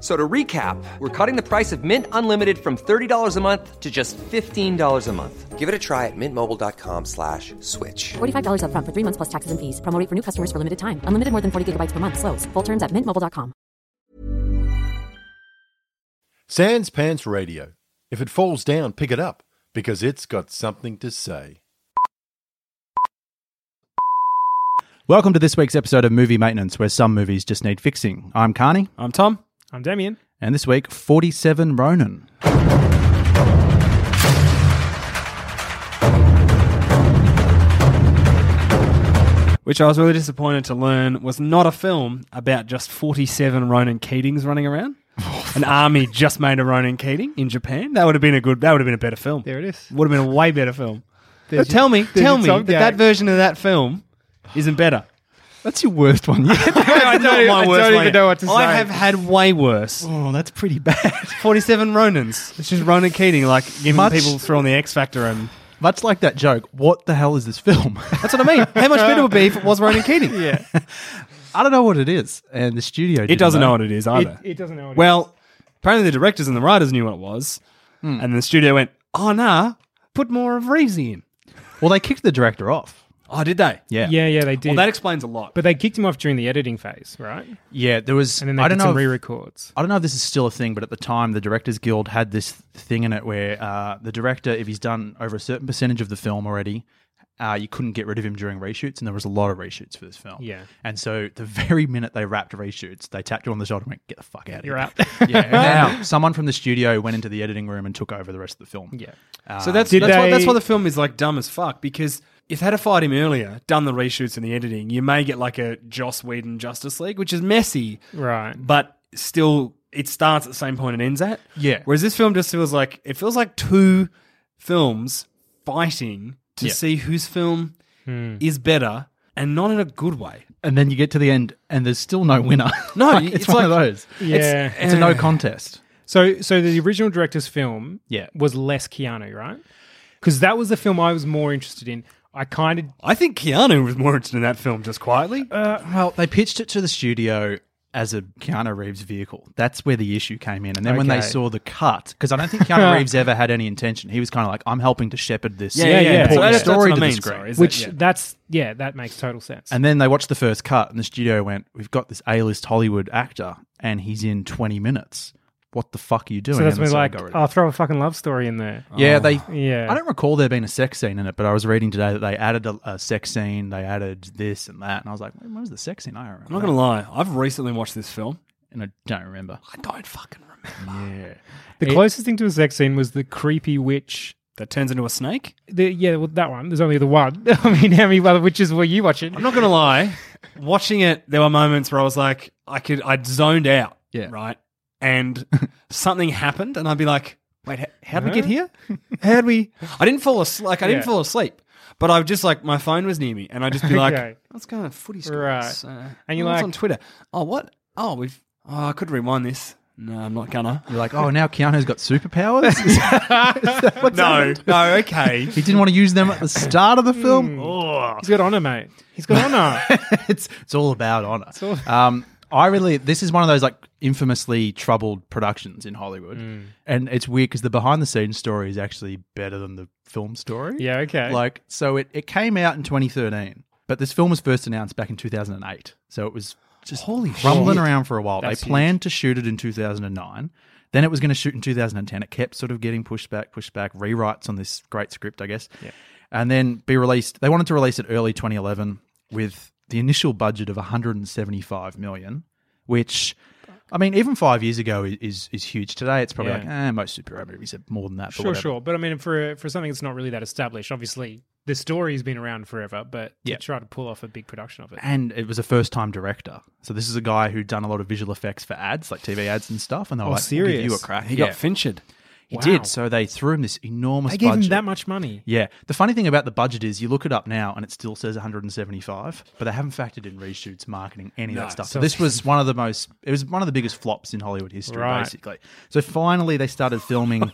So to recap, we're cutting the price of Mint Unlimited from $30 a month to just $15 a month. Give it a try at mintmobile.com slash switch. $45 up front for three months plus taxes and fees. Promoting for new customers for limited time. Unlimited more than 40 gigabytes per month. Slows. Full terms at mintmobile.com. Sans Pants Radio. If it falls down, pick it up because it's got something to say. Welcome to this week's episode of Movie Maintenance, where some movies just need fixing. I'm Carney, I'm Tom. I'm Damien. and this week, 47 Ronin. Which I was really disappointed to learn was not a film about just 47 Ronan Keatings running around. An army just made a Ronan Keating in Japan. That would have been a good. That would have been a better film. There it is. Would have been a way better film. But There's your- tell me, there's tell your me song that that gag. version of that film isn't better. That's your worst one yet. I don't, I don't even know what to I say. have had way worse. oh, that's pretty bad. 47 Ronans. It's just Ronan Keating, like giving Much- people throwing the X Factor and. Much like that joke, what the hell is this film? That's what I mean. How much better it would be if it was Ronan Keating? yeah. I don't know what it is, and the studio It doesn't know what it is either. It doesn't know. What Well, apparently the directors and the writers knew what it was, and the studio went, "Oh nah, put more of Reevesy in." Well, they kicked the director off. Oh, did they? Yeah, yeah, yeah, they did. Well, that explains a lot. but they kicked him off during the editing phase, right? yeah. There was. And then they I did don't know. some if- re-records. I don't know if this is still a thing, but at the time, the Directors Guild had this thing in it where uh, the director, if he's done over a certain percentage of the film already, uh, you couldn't get rid of him during reshoots, and there was a lot of reshoots for this film. Yeah. And so the very minute they wrapped reshoots, they tapped you on the shoulder and went, "Get the fuck out of You're here!" out. yeah. And now someone from the studio went into the editing room and took over the rest of the film. yeah. so that's Did that's, why, that's they- why the film is like dumb as fuck because. If they had fired him earlier, done the reshoots and the editing, you may get like a Joss Whedon Justice League, which is messy, Right. but still it starts at the same point and ends at. Yeah. Whereas this film just feels like it feels like two films fighting to Yeah. see whose film is better, and not in a good way. And then you get to the end, and there's still no winner. No, Like, it's it's, one of like- those. Yeah. It's a no contest. So, so the original director's film, Yeah. was less Keanu, right? Because that was the film I was more interested in. I kind of I think Keanu was more interested in that film just quietly. Well, they pitched it to the studio as a Keanu Reeves vehicle. That's where the issue came in. And then when they Okay. saw the cut, because I don't think Keanu Reeves ever had any intention. He was kind of like, I'm helping to shepherd this Yeah, yeah, yeah. important So that's- that's story what I to the mean, screen. sorry, is that- which yeah. that's yeah, that makes total sense. and then they watched the first cut, and the studio went, We've got this A list Hollywood actor, and he's in 20 minutes. What the fuck are you doing? so that's And when so they like got rid of it. I'll Oh. throw a fucking love story in there. yeah, they. Yeah. I don't recall there being a sex scene in it, but I was reading today that they added a, a sex scene, they added this and that, and I was like, "When was the sex scene?" I don't remember. I'm not gonna lie, I've recently watched this film. and I don't remember. I don't fucking remember. The closest thing to a sex scene was the creepy witch. That turns into a snake. The, yeah, well, that one. There's only the one. I mean, how many other witches were you watching? I'm not gonna lie, watching it, there were moments where I was like, I could, I zoned out. Yeah. Right. And something happened, and I'd be like, Wait, h- how'd we get here? How'd we? I didn't fall asleep. Like I didn't Yeah. fall asleep, but I was just like, my phone was near me, and I'd just be like, Okay. What's going on? Footy scores. Right. Uh, And you're what's like- on Twitter. Oh, what? Oh, we've. Oh, I could rewind this. No, I'm not gonna. You're like, oh, now Keanu's got superpowers. Is that- is that what's No, happened? no, okay. he didn't want to use them at the start of the film. He's got honor, mate. He's got honor. it's it's all about honor. um, I really this is one of those like infamously troubled productions in Hollywood, and it's weird because the behind the scenes story is actually better than the film story. yeah. Okay. Like, so it, it came out in 2013, but this film was first announced back in 2008. So it was just Holy crumbling around for a while. That's they planned to shoot it in 2009. Then it was going to shoot in 2010. It kept sort of getting pushed back, pushed back, rewrites on this great script, I guess. And then be released. They wanted to release it early 2011 with the initial budget of 175 million, which I mean, even five years ago is is, is huge. Today, it's probably Yeah. like eh, most superhero movies are more than that. but Sure, whatever. sure. But I mean, for for something that's not really that established, obviously the story's been around forever, but Yeah. to try to pull off a big production of it. And it was a first time director, so this is a guy who'd done a lot of visual effects for ads, like TV ads and stuff. And they were Oh, like, we'll "Give you a crack." He got finchered. He Wow. did. So they threw him this enormous They gave budget. him that much money. Yeah. The funny thing about the budget is you look it up now and it still says 175, but they haven't factored in reshoots, marketing, any of that stuff. So, this was one of the most it was one of the biggest flops in Hollywood history Right. basically. So finally they started filming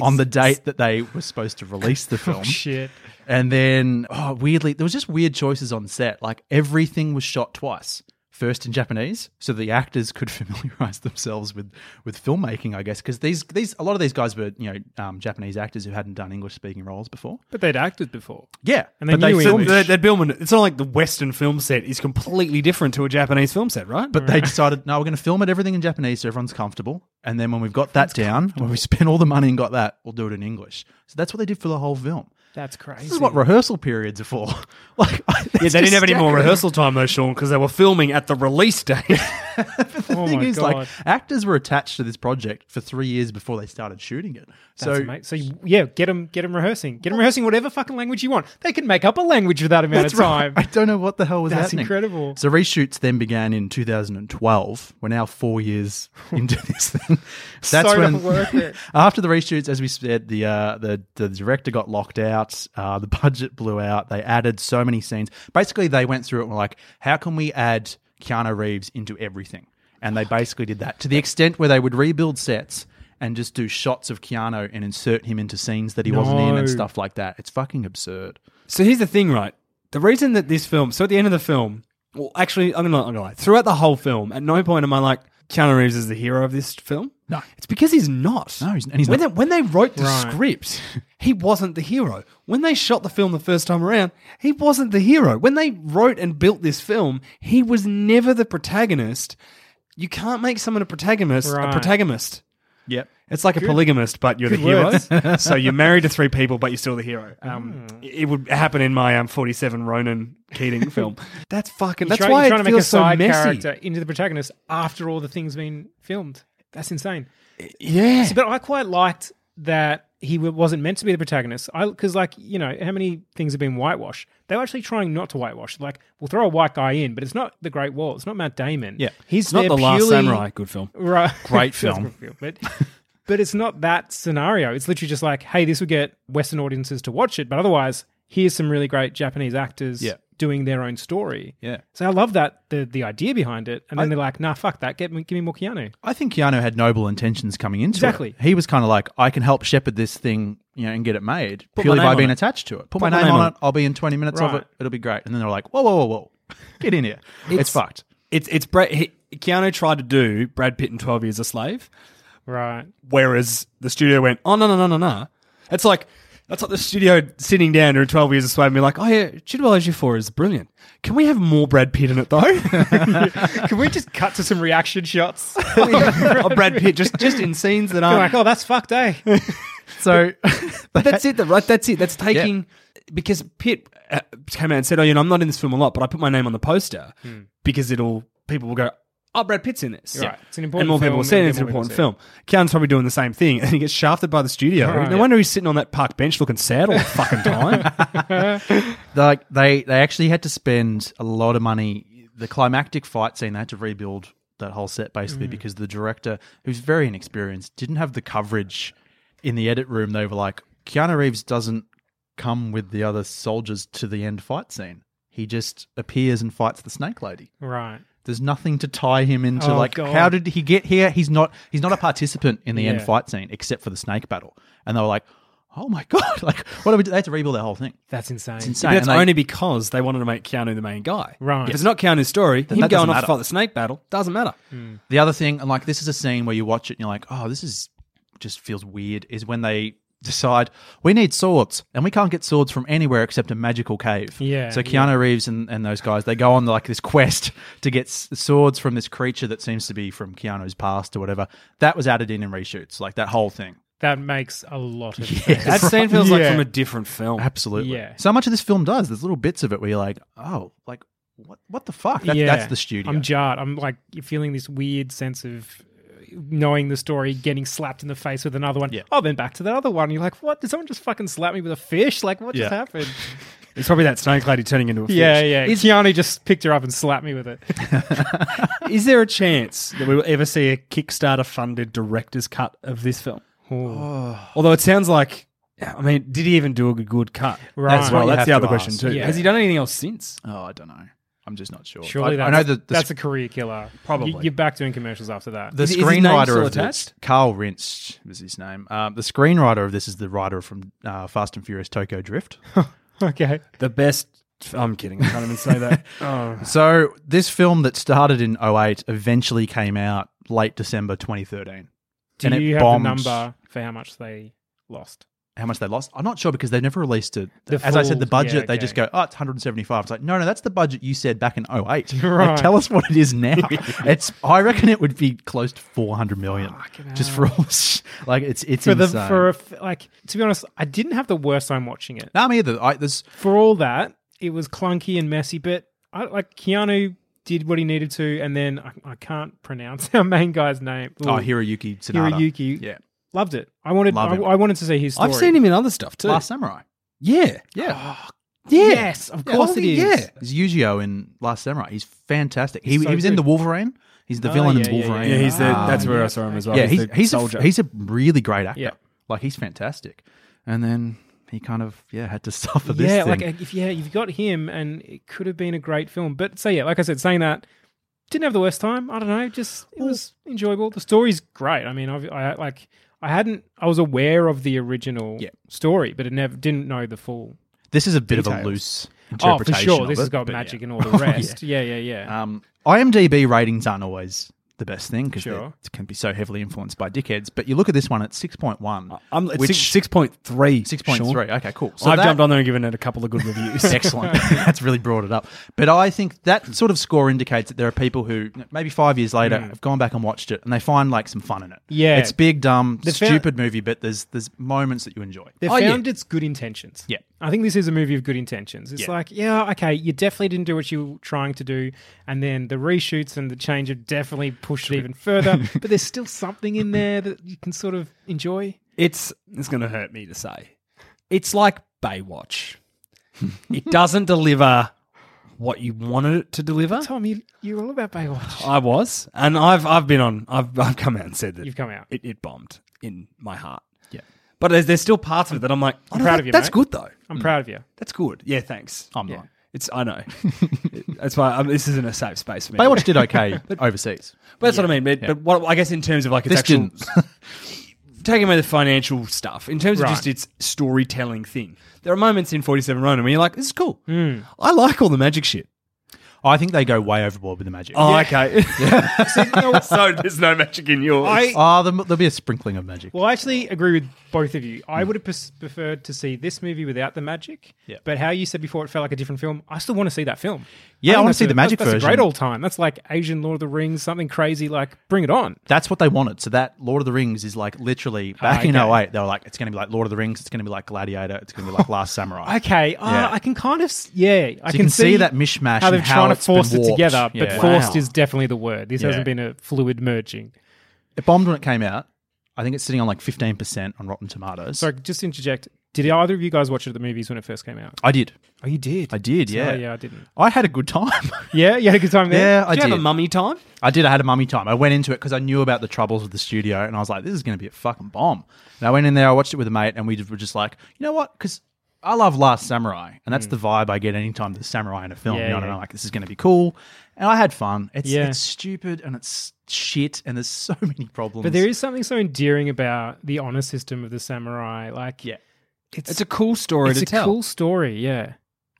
on the date that they were supposed to release the film. Shit. And then, oh, weirdly, there was just weird choices on set. Like everything was shot twice. First in Japanese, so the actors could familiarize themselves with with filmmaking, I guess, because these these a lot of these guys were you know um, Japanese actors who hadn't done English speaking roles before. But they'd acted before. Yeah, And they but knew they English. filmed, The, that film, it's not like the Western film set is completely different to a Japanese film set, right? but they decided no, we're going to film it everything in Japanese so everyone's comfortable. And then when we've got that down, when we spent all the money and got that, we'll do it in English. So that's what they did for the whole film. That's crazy. This is what rehearsal periods are for. like, yeah, they didn't have any more rehearsal time though, Sean, because they were filming at the release date. oh thing my is, god. like, actors were attached to this project for three years before they started shooting it. so, so, mate, so you- yeah, get them, get them rehearsing, get them rehearsing whatever fucking language you want. They can make up a language with that amount That's of time. right. I don't know what the hell was That's happening. incredible. So reshoots then began in 2012. We're now four years into this thing. That's So when not worth it. after the reshoots, as we said, the uh, the the director got locked out. Uh, the budget blew out. They added so many scenes. Basically, they went through it and were like, "How can we add Keanu Reeves into everything?" And they basically did that to the extent where they would rebuild sets. And just do shots of Keanu and insert him into scenes that he wasn't in No. and stuff like that. It's fucking absurd. So here's the thing, right? The reason that this film, so at the end of the film, well, actually, I'm gonna, I'm gonna lie. Throughout the whole film, at no point am I like Keanu Reeves is the hero of this film. No. it's because he's not. No, he's- and he's when not. They, when they wrote the Right. script, he wasn't the hero. When they shot the film the first time around, he wasn't the hero. When they wrote and built this film, he was never the protagonist. You can't make someone a protagonist. A Right. protagonist. Yep. It's like a polygamist, but you're the hero. so you're married to three people, but you're still the hero. Um, It would happen in my um, 47 Ronan Keating film. That's fucking. You're That's trying- why you're it trying to make a feels so side messy. character into the protagonist after all the things been filmed. That's insane. Yeah. See, but I quite liked that he w- wasn't meant to be the protagonist. I because like you know how many things have been whitewashed. They were actually trying not to whitewash. Like we'll throw a white guy in, but it's not the Great Wall. It's not Matt Damon. Yeah. he's It's not there the Last purely- Samurai. Good film. Right, Great That's a film. good but. But it's not that scenario. It's literally just like, hey, this would get Western audiences to watch it, but otherwise, here's some really great Japanese actors Yeah. doing their own story. Yeah. So I love that the the idea behind it, and then they're like, nah, fuck that, get me, give me more Keanu. I think Keanu had noble intentions coming into it. Exactly. He was kind of like, I can help shepherd this thing, you know, and get it made Put my purely name by on being it. attached to it. Put, my, name on it. I'll be in 20 minutes of Right. it. It'll be great. And then they're like, whoa, whoa, whoa, whoa. Get in here. it's, fucked. It's it's Brad. He, Keanu tried to do Brad Pitt in 12 Years a Slave, Right. whereas the studio went, oh no no no no no. It's like. That's like the studio sitting down during 12 Years a Slave and be like, oh yeah, Chidwell Ejiofor is brilliant. Can we have more Brad Pitt in it though? Can we just cut to some reaction shots? or Oh, Brad Pitt just just in scenes that I'm aren't like, oh, that's fucked, eh? So But that's it, though, right? That's it. That's taking because Pitt uh, came out and said, "Oh, you know, I'm not in this film a lot, but I put my name on the poster because it'll people will go." Oh, Brad Pitt's in this. You're right. It's an important And more people film, will see it. and It's an more people important will film. Keanu's probably doing the same thing, and he gets shafted by the studio. Right. No Yeah. wonder he's sitting on that park bench looking sad all the fucking time. like they they actually had to spend a lot of money. The climactic fight scene they had to rebuild that whole set basically Mm. because the director, who's very inexperienced, didn't have the coverage in the edit room. They were like, Keanu Reeves doesn't come with the other soldiers to the end fight scene. He just appears and fights the snake lady. Right. There's nothing to tie him into Oh, like God. how did he get here? He's not he's not a participant in the end Yeah. fight scene except for the snake battle. And they were like, Oh my god, like what do we do? They had to rebuild their whole thing. That's insane. Insane. But that's And they- only because they wanted to make Keanu the main guy. Right. If it's not Keanu's story, him that doesn't going off matter. to fight the snake battle doesn't matter. The other thing, and like this is a scene where you watch it and you're like, oh, this is just feels weird, is when they decide we need swords and we can't get swords from anywhere except a magical cave. Yeah, So Keanu Reeves and, and those guys, they go on like this quest to get s- swords from this creature that seems to be from Keanu's past or whatever. That was added in in reshoots, like that whole thing. That makes a lot of sense. That scene feels like Yeah. from a different film. Absolutely. Yeah. So much of this film does. There's little bits of it where you're like, oh, like what what the fuck? That, That's the studio. I'm jarred. I'm like feeling this weird sense of uh, knowing the story, getting slapped in the face with another one. Yeah. Oh, then back to that other one. You're like, what? Did someone just fucking slap me with a fish? Like, what just Yeah. happened? It's probably that snake lady turning into a fish. yeah, yeah. Keanu just picked her up and slapped me with it. Is there a chance that we will ever see a Kickstarter funded director's cut of this film? Although it sounds like, I mean, did he even do a good cut? Right. That's, well, You that's have the to other question, ask. too. Yeah. Has he done anything else since? oh, I don't know. I'm just not sure. Surely I, that's, I know that the, that's sc- a career killer. Probably. You, are back doing commercials after that. the Is- is his name still screenwriter of this, attached? Carl Rintz was his name. Um, the screenwriter of this is the writer from uh, Fast and Furious Tokyo Drift. okay. The best. I'm kidding. I can't even say that. Oh. so this film that started in 08 eventually came out late December 2013. Do And it you have bombed. the number for how much they lost? How much they lost? I'm not sure because they never released it. The As I said, full- the budget, yeah, they just okay. go, oh, it's 175. It's like, no, no, that's the budget you said back in 08. Like, Right. tell us what it is now. it's, I reckon it would be close to 400 million. Just for all this. Like, it's, it's For the insane. for a f- like to be honest, I didn't have the worst time watching it. no, me either. I, there's, For all that, it was clunky and messy, but I like Keanu did what he needed to, and then I, I can't pronounce our main guy's name. oh, Ooh. Hiroyuki Tsunada. Hiroyuki. Yeah. Loved it. I wanted. Love I, him. I wanted to see his story. I've seen him in other stuff, too. Last Samurai. yeah. Yeah. Yeah. Yes, of course holy- it is. Yeah. He's Yuzio in Last Samurai. He's fantastic. he, He's so he was in good. The Wolverine. He's the Oh, villain yeah, in yeah, yeah. Wolverine. Um, Yeah, he's the, Ah. that's where I saw him as well. yeah, he's he's a, soldier. he's a really great actor. Yeah. Like he's fantastic. And then he kind of yeah had to suffer this yeah, thing. like if yeah, you've got him, and it could have been a great film. But so yeah, like I said, saying that didn't have the worst time. I don't know, just it was enjoyable. The story's great. I mean, I've, I like I hadn't I was aware of the original Yeah. story, but it never didn't know the full. this is a bit of details. a loose Oh, for interpretation. sure, of this it, has got but yeah. Oh, magic and all the rest. yeah, yeah, yeah. Um, IMDb ratings aren't always the best thing because Sure. it can be so heavily influenced by dickheads. But you look at this one at six point one, Uh, I'm, it's which six, 6.3. six point Sean. three. Okay, cool. I've that- jumped on there and given it a couple of good reviews. Excellent. That's really brought it up. But I think that sort of score indicates that there are people who maybe five years later have gone back and watched it and they find like some fun in it. Mm. Yeah. it's big, dumb, The fa- stupid movie, but there's there's moments that you enjoy. They Oh, yeah. found its good intentions. Yeah. I think this is a movie of good intentions. It's Yeah. like, yeah, okay, you definitely didn't do what you were trying to do. And then the reshoots and the change have definitely pushed it even further. but there's still something in there that you can sort of enjoy. It's it's going to hurt me to say. It's like Baywatch. it doesn't deliver what you wanted it to deliver. Tom, you, you're all about Baywatch. I was, and I've I've been on. I've I've come out and said that You've come out. It, it bombed in my heart. Yeah. but there's, there's still parts of it that I'm like, I'm proud of you, That's mate. good though. Mm. I'm proud of you. That's good. Yeah, thanks. I'm Yeah. not. It's I know. that's why I'm, this isn't a safe space for me. Baywatch did okay overseas. But that's what I mean. But, but what I guess in terms of like its This actual taking away the financial stuff, in terms Right. of just its storytelling thing, there are moments in Forty Seven Ronin where you're like, "This is cool. I like all the magic shit." I think they go way overboard with the magic. Oh, okay. so there's no magic in yours. I- Ah, there- there'll be a sprinkling of magic. Well, I actually agree with both of you. I would have pers- preferred to see this movie without the magic. Mm. Yeah. But how you said before, it felt like a different film. I still want to see that film. Yeah, I think wanna that's see a- the magic that's, that's a great version. old time. That's like Asian Lord of the Rings, something crazy. Like, bring it on. That's what they wanted. So that Lord of the Rings is like literally Ah, back in 08, they were like, it's going to be like Lord of the Rings, it's going to be like Gladiator, it's going to be like Last Samurai. Okay, uh, Yeah. I can kind of s- yeah, So I you can see that mishmash how they're and how trying it's to force been it together, warped. but Yeah. forced Wow. is definitely the word. This hasn't Yeah. been a fluid merging. It bombed when it came out. I think it's sitting on like 15% on Rotten Tomatoes. Sorry, just to interject. Did either of you guys watch it at the movies when it first came out? I did. Oh, you did. I did, yeah. yeah, I didn't. I had a good time. Yeah, you had a good time there. yeah, I Do you did. have a mummy time? I did. I had a mummy time. I went into it because I knew about the troubles of the studio and I was like, this is going to be a fucking bomb. And I went in there, I watched it with a mate, and we were just like, you know what? Because I love Last Samurai, and that's the vibe I get anytime there's samurai in a film. Mm. Yeah, you know, what I yeah. mean? like, this is going to be cool. And I had fun. It's, Yeah. it's stupid and it's shit, and there's so many problems. But there is something so endearing about the honor system of the samurai. Like, Yeah. it's, It's a cool story it's to a tell. cool story. Yeah,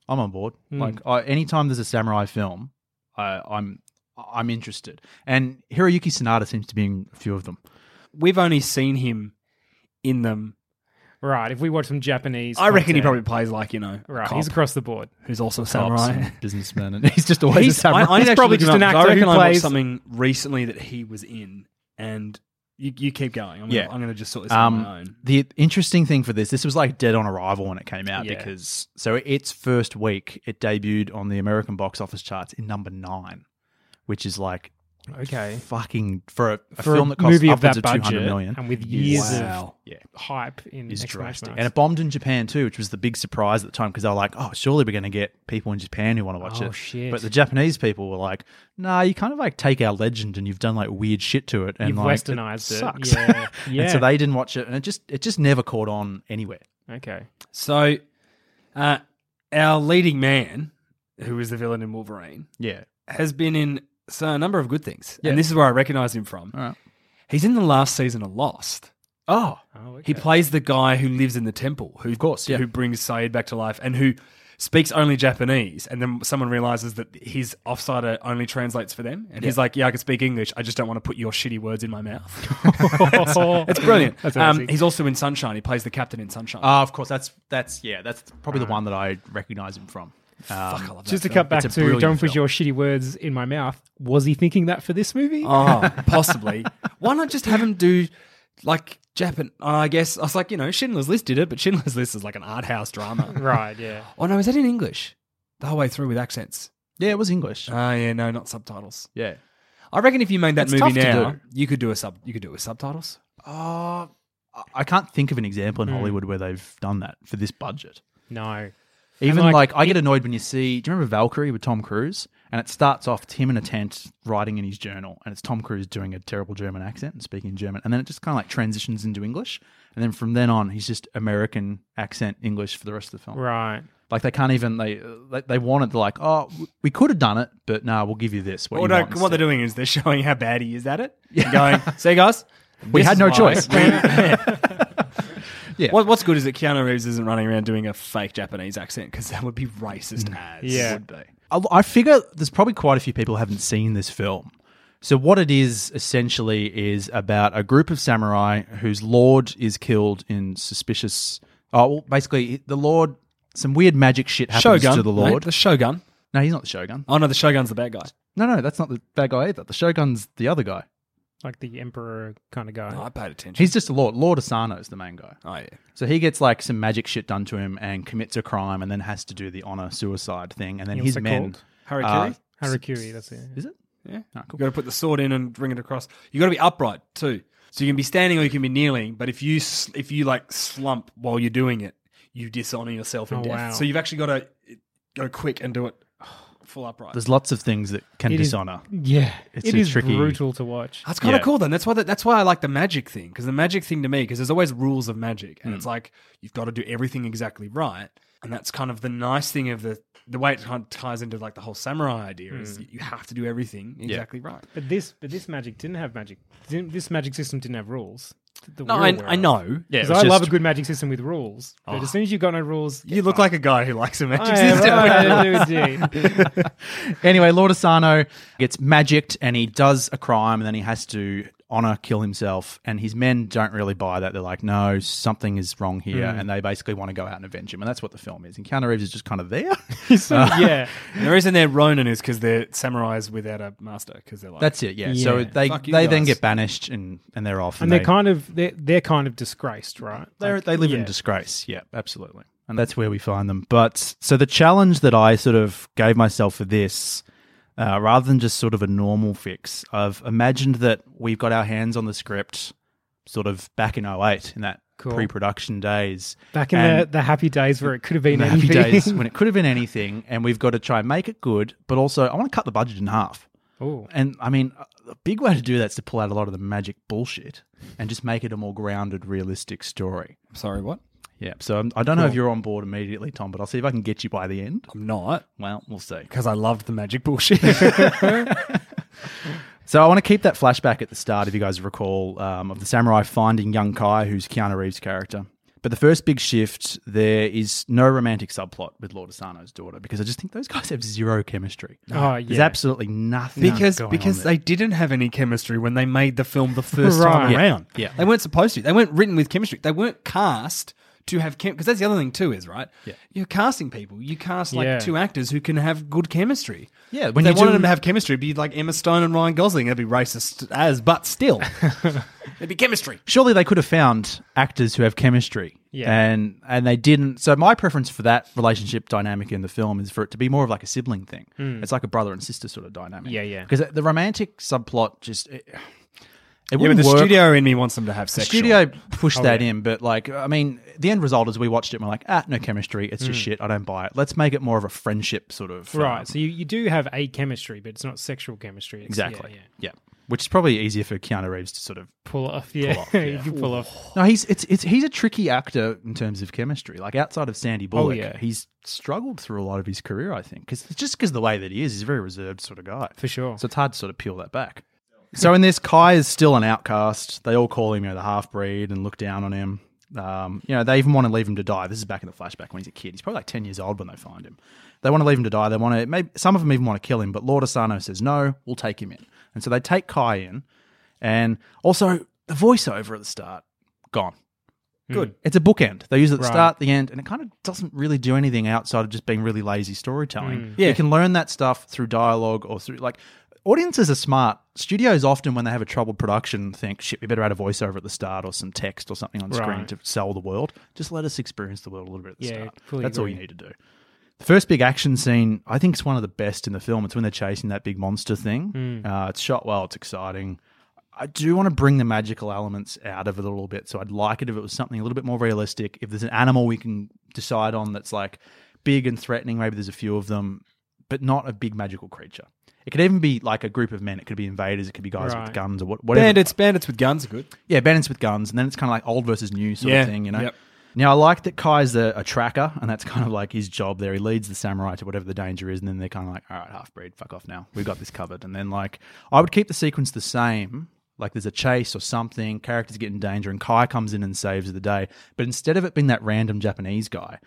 I'm on board. Mm. Like I, anytime there's a samurai film, I, I'm I'm interested. And Hiroyuki Sanada seems to be in a few of them. We've only seen him in them. right. If we watch some Japanese, I reckon he probably content- plays like you know, right. cop, He's across the board. who's also a Cops samurai. and businessmen, and he's just always He's- a samurai. I, I need to He's actually probably look him just an up, 'cause actor I who reckon I watched plays- something recently that he was in, and you, you keep going. I'm gonna, Yeah. I'm going to just sort this out on my Um, own. the interesting thing for this, this was like dead on arrival when it came out Yeah. because so its first week it debuted on the American box office charts in number nine, which is like Okay. fucking for a, a For film a that costs movie of upwards that of two hundred budget million and with is- years of- Wow. yeah. Hype in Is exclamation drastic, marks. and it bombed in Japan too, which was the big surprise at the time because they were like, "Oh, surely we're going to get people in Japan who want to watch Oh, it." shit. But the Japanese people were like, "Nah, you kind of like take our legend and you've done like weird shit to it, and You've like, westernized it. sucks." Yeah. and so Yeah. they didn't watch it, and it just it just never caught on anywhere. Okay. So, uh, our leading man, who is the villain in Wolverine, Yeah, has been in so a number of good things, Yeah. and this is where I recognise him from. All right. He's in the last season of Lost. Oh, Oh, okay. He plays the guy who lives in the temple, who of course, yeah. who brings Saeed back to life, and who speaks only Japanese. And then someone realizes that his offsider only translates for them, and he's like, "Yeah, I can speak English. I just don't want to put your shitty words in my mouth." it's brilliant. That's um, amazing. Ah, he's also in Sunshine. He plays the captain in Sunshine. uh, of course. That's that's yeah. That's probably the one that I recognize him from. Um, Fuck, I love that Just to film. cut back It's a to brilliant don't put film. your shitty words in my mouth. Was he thinking that for this movie? Oh, possibly. Why not just have him do like Japan? Oh, I guess I was like, you know, Schindler's List did it, but Schindler's List is like an art house drama. Right. Yeah. oh no, is that in English? The whole way through with accents. yeah, it was English. Oh yeah, no, not subtitles. yeah. I reckon if you made that It's movie tough to now, do. you could do a sub. You could do it with subtitles. Uh, I- I can't think of an example Hmm. in Hollywood where they've done that for this budget. No. Even like, like, I get annoyed when you see. Do you remember Valkyrie with Tom Cruise? And it starts off it's him in a tent writing in his journal, and it's Tom Cruise doing a terrible German accent and speaking German, and then it just kind of like transitions into English, and then from then on he's just American accent English for the rest of the film. Right. Like they can't even they they, they wanted like oh w- we could have done it, but no, we'll give you this. What, Well, you no, want what they're instead. doing is they're showing how bad he is at it. Yeah. Going, see guys, We this had is no why choice." we- yeah. Yeah. What, what's good is that Keanu Reeves isn't running around doing a fake Japanese accent because that would be racist Mm. as Yeah. would be. I I figure there's probably quite a few people who haven't seen this film. So what it is essentially is about a group of samurai whose lord is killed in suspicious. Oh, well, basically the lord. Some weird magic shit happens Shogun to the mate, lord. the Shogun. no, he's not the shogun. Oh no, the Shogun's the bad guy. No, no, that's not the bad guy either. The shogun's the other guy. Like the emperor kind of guy. I paid attention. He's just a lord. Lord Asano is the main guy. oh yeah. So he gets like some magic shit done to him and commits a crime and then has to do the honor suicide thing. And then What's his it men. called? Harakiri? uh, Harakiri. That's it. is it? Yeah. Ah, cool. You got to put the sword in and bring it across. You got to be upright too. So you can be standing or you can be kneeling. But if you s- if you like slump while you're doing it, you dishonor yourself in Oh, death. wow. So you've actually got to go quick and do it full upright. There's lots of things that can It is- dishonor. Yeah. It's it a is tricky- brutal to watch. That's kind of Yeah. cool then. That's why that, that's why I like the magic thing because the magic thing to me because there's always rules of magic and it's Mm. like you've got to do everything exactly right and that's kind of the nice thing of the the way it kind of ties into like the whole samurai idea is Mm. you have to do everything exactly right. But this, but this magic didn't have magic. Didn't, this magic system didn't have rules. that- that No, we're I, aware I of. know. Yeah, it 'Cause was I love a just- good magic system with rules. But as soon as you've got no rules, You look like a guy who likes a magic I system. am, right, indeed. Anyway, Lord Asano gets magicked and he does a crime and then he has to honor kill himself. And his men don't really buy that. They're like, no, something is wrong here. Mm. And they basically want to go out and avenge him. And that's what the film is. And Keanu Reeves is just kind of there. So, yeah. And the reason they're Ronin is because they're samurais without a master because they're like that's it, yeah. So Yeah. they, Fuck you they then guys. get banished and, and they're off. And they're kind of they're, they're kind of disgraced, right? they're, Like, they live yeah. in disgrace. Yeah, absolutely. And that's where we find them. But so the challenge that I sort of gave myself for this, uh, rather than just sort of a normal fix, I've imagined that we've got our hands on the script sort of back in 08 in that Cool. pre production days. Back in And the, the happy days where it could have been the happy anything. days when it could have been anything. And we've got to try and make it good, but also I want to cut the budget in half. Ooh. And I mean, a big way to do that is to pull out a lot of the magic bullshit and just make it a more grounded, realistic story. sorry what Yeah, so I'm, I don't know if you're on board immediately, Tom, but I'll see if I can get you by the end. I'm not Well, we'll see. because I loved the magic bullshit. yeah, So I want to keep that flashback at the start, if you guys recall, um, of the samurai finding young Kai, who's Keanu Reeves' character. But the first big shift, there is no romantic subplot with Lord Asano's daughter because I just think those guys have zero chemistry. Oh, There's yeah. absolutely nothing because going because on they didn't have any chemistry when they made the film the first time Right. around. Yeah. they weren't supposed to. They weren't written with chemistry. They weren't cast to have chem because that's the other thing too is right. Yeah. you're casting people. You cast like Yeah. two actors who can have good chemistry. Yeah, If when they you wanted do- them to have chemistry, it'd be like Emma Stone and Ryan Gosling. That'd be racist as, but still, it'd be chemistry. surely they could have found actors who have chemistry. Yeah. And and they didn't. So my preference for that relationship dynamic in the film is for it to be more of like a sibling thing. It's like a brother and sister sort of dynamic. Hmm. Yeah, yeah. Because the romantic subplot just it, it Yeah, but wouldn't the work. studio in me wants them to have The sex. studio Oh, pushed that in, but like I mean, the end result is we watched it and we're like, ah, no chemistry. It's just shit. I don't buy it. Let's make it more of a friendship sort of um, Hmm. Right. So you, you do have a chemistry, but it's not sexual chemistry. It's, exactly. Yeah, yeah. yeah. Which is probably easier for Keanu Reeves to sort of Pull off. Yeah. off, you yeah. can pull off. No, he's it's it's he's a tricky actor in terms of chemistry. Like outside of Sandy Bullock, Oh, yeah. he's struggled through a lot of his career. I think because just because the way that he is, he's a very reserved sort of guy For sure. So it's hard to sort of peel that back. So in this, Kai is still an outcast. They all call him you know the half breed and look down on him. Um, you know they even want to leave him to die. This is back in the flashback when he's a kid. He's probably like ten years old when they find him. They want to leave him to die. They want to. Maybe some of them even want to kill him. But Lord Asano says no. We'll take him in. And so they take Kai in. And also the voiceover at the start gone. Good. It's a bookend. They use it at the Hmm. Right. start, the end, and it kind of doesn't really do anything outside of just being really lazy storytelling. Hmm. Yeah. You can learn that stuff through dialogue or through like audiences are smart. Studios often when they have a troubled production think, shit, we better add a voiceover at the start or some text or something on screen Right. to sell the world. Just let us experience the world a little bit at the Yeah, start. fully That's all you agree. need to do. The first big action scene, I think, is one of the best in the film. It's when they're chasing that big monster thing. Hmm. Uh, it's shot well. It's exciting. I do want to bring the magical elements out of it a little bit. So I'd like it if it was something a little bit more realistic. If there's an animal we can decide on that's like big and threatening, maybe there's a few of them, but not a big magical creature. It could even be like a group of men. It could be invaders. It could be guys with Right. guns or what, whatever. Bandits, bandits with guns are good. Yeah, bandits with guns, and then it's kind of like old versus new sort Yeah, of thing, you know. yep. Now I like that Kai's a, a tracker, and that's kind of like his job there. He leads the samurai to whatever the danger is, and then they're kind of like, "All right, half breed, fuck off now. We've got this covered." And then like I would keep the sequence the same. Like there's a chase or something, characters get in danger, and Kai comes in and saves the day. But instead of it being that random Japanese guy,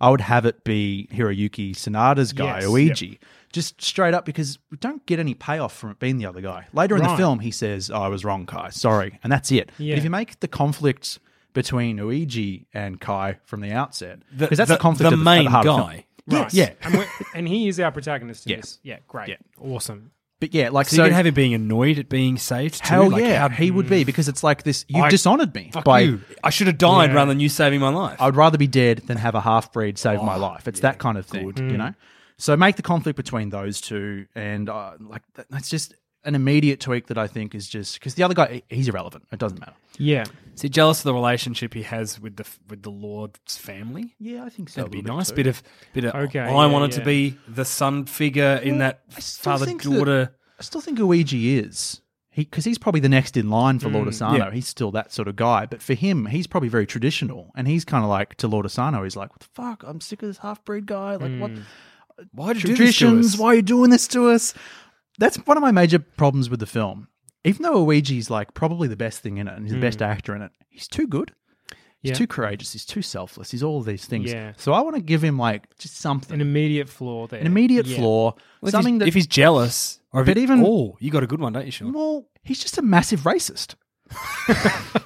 I would have it be Hiroyuki Sanada's guy, Yes, Oiji. Just straight up because we don't get any payoff from it being the other guy. Later in the Right. film, film, he says, oh, I was wrong, Kai. Sorry. And that's it. Yeah. But if you make the conflict between Uiji and Kai from the outset, The- because that's the- the, conflict the of the, main at the heart of the guy. film. Right. Yeah. yeah. And, we're- and he is our protagonist in Yeah. this. Yeah. Great. Yeah. Awesome. But yeah, like, So, you can have him being annoyed at being saved. Too. Hell like, yeah, how- Mm. he would be because it's like this. You've I- dishonored me Fuck by. you. I should have died Yeah. rather than you saving my life. I would rather be dead than have a half breed save my life. It's that kind of Oh, thing, Mm. you know. So make the conflict between those two, and uh, like that, that's just an immediate tweak that I think is just because the other guy he- he's irrelevant. It doesn't matter. Yeah. Is he jealous of the relationship he has with the with the Lord's family? Yeah, I think so. That'd be nice. Bit of bit of. Okay, I yeah, wanted to yeah. be the son figure in that I still father think that- daughter. I still think Luigi is. He Because he's probably the next in line for Mm, Lord Asano. He's still that sort of guy. But for him, he's probably very traditional. And he's kind of like, to Lord Asano, he's like, what the fuck? I'm sick of this half breed guy. Like, what? Mm. Why did Traditions, why are you doing this to us? That's one of my major problems with the film. Even though Luigi's like probably the best thing in it and he's the best actor in it, he's too good. He's Yeah. too courageous. He's too selfless. He's all of these things. Yeah. So I want to give him like just something An immediate flaw there. an immediate Yeah. flaw, something if he's, that if he's jealous, or if But he- even- oh, you got a good one, don't you, Sean? Well, he's just a massive racist.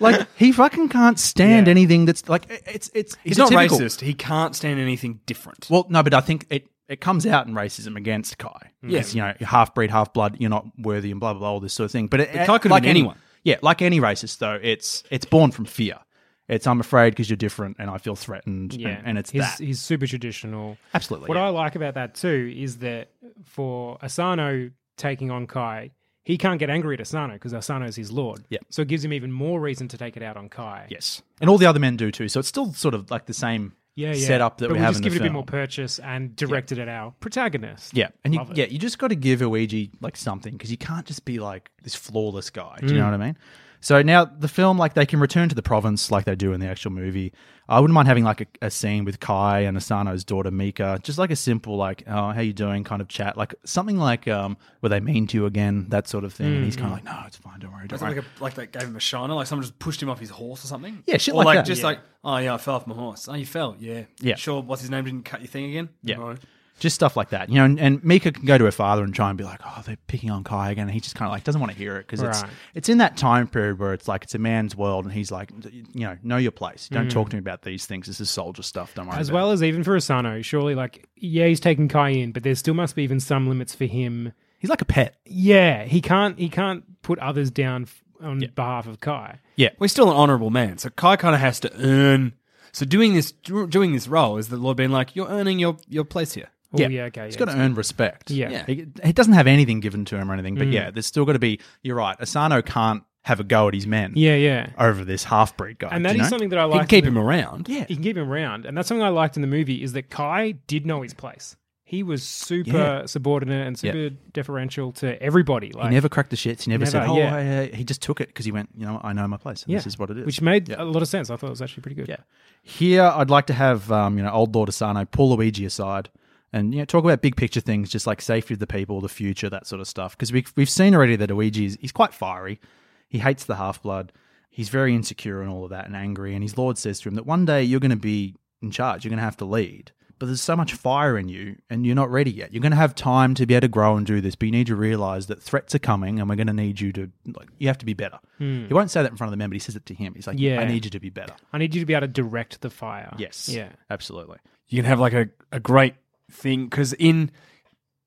like he fucking can't stand Yeah. anything that's like it- it's it's He's it's a not typical- racist. He can't stand anything different. Well, no, but I think it it comes out in racism against Kai. Yes, you know, half breed, half blood, you're not worthy, and blah blah blah, all this sort of thing. But, it, But Kai could have like been any- anyone. Yeah, like any racist though, it's it's born from fear. It's I'm afraid because you're different and I feel threatened. Yeah. and, and it's he's, that He's super traditional. absolutely. What yeah. I like about that too is that for Asano taking on Kai, he can't get angry at Asano because Asano's his lord. Yeah. So it gives him even more reason to take it out on Kai. yes, and all the other men do too. So it's still sort of like the same Yeah, yeah. setup that but we we'll have just in give the it a bit film. more purchase and directed at our protagonist. Yeah, and you, Love it. yeah, you just got to give Luigi like something because you can't just be like this flawless guy. Do you Mm. know what I mean? So now the film, like they can return to the province like they do in the actual movie. I wouldn't mind having like a, a scene with Kai and Asano's daughter Mika, just like a simple like, "Oh, how you doing?" kind of chat, like something like, um, "Were they mean to you again?" That sort of thing. And Mm. he's kind of like, "No, it's fine. Don't worry." Don't It's worry. like, a, like they gave him a shiner, like someone just pushed him off his horse or something. Yeah, shit or like like that. just Yeah. like, oh yeah, I fell off my horse. Oh, you fell, yeah, Yeah. Sure, what's his name didn't cut your thing again? Yeah. Right. just stuff like that, you know. And, and Mika can go to her father and try and be like, "Oh, they're picking on Kai again," and he just kind of like doesn't want to hear it because it's Right. it's in that time period where it's like it's a man's world, and he's like, you know, know your place. Don't talk to me about these things. This is soldier stuff. Don't worry. Mm. As about well as even for Asano, surely, like, yeah, he's taking Kai in, but there still must be even some limits for him. it. he's like a pet. Yeah, he can't he can't put others down f- on behalf of Kai. Yeah, Well, he's still an honourable man, so Kai kind of has to earn. So doing this, doing this role is the Lord being like, you're earning your your place here. Oh, yeah, okay. He's yeah, got to earn respect. Yeah. Mm. Yeah. He, he doesn't have anything given to him or anything, but yeah, there's still got to be. You're right. Asano can't have a go at his men. yeah, yeah. Over this half breed guy, And do that you is know? something that I He can like. keep him around. Yeah. He can keep him around, and that's something I liked in the movie is that Kai did know his place. He was super Yeah. subordinate and Yeah. super deferential to everybody. Like He never cracked the shits. He never, said, Never, "Oh, yeah. I, uh, he just took it because he went, you know, I know my place. And This is what it is." which made Yeah. a lot of sense. I thought it was actually pretty good. yeah. Here, I'd like to have um, you know old Lord Asano pull Luigi aside and you know talk about big picture things, just like safety of the people, the future, that sort of stuff. Because we we've seen already that Luigi is he's quite fiery. He hates the half blood. He's very insecure and all of that, and angry. And his Lord says to him that one day you're going to be in charge. You're going to have to lead. But there's so much fire in you, and you're not ready yet. You're going to have time to be able to grow and do this, but you need to realize that threats are coming, and we're going to need you to like you have to be better. He won't say that in front of the men, but he says it to him. He's like, Yeah. "I need you to be better." I need you to be able to direct the fire. Yes. Yeah. Absolutely. You can have like a, a great thing because in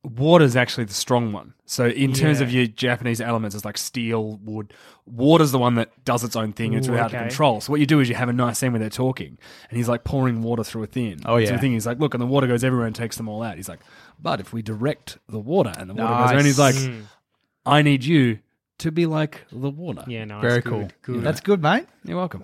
water's actually the strong one. So in terms of Yeah. your Japanese elements, it's like steel, wood. Water's the one that does its own thing. It's Ooh, without okay. control. So what you do is you have a nice scene where they're talking, and he's like pouring water through a thin. Oh, So yeah. the thing he's like, look, and the water goes everywhere and takes them all out. He's like, but if we direct the water and the water goes, around, he's like, Nice. I need you to be like the water. Yeah. Nice. Very good, cool. Good. That's good, mate. You're welcome.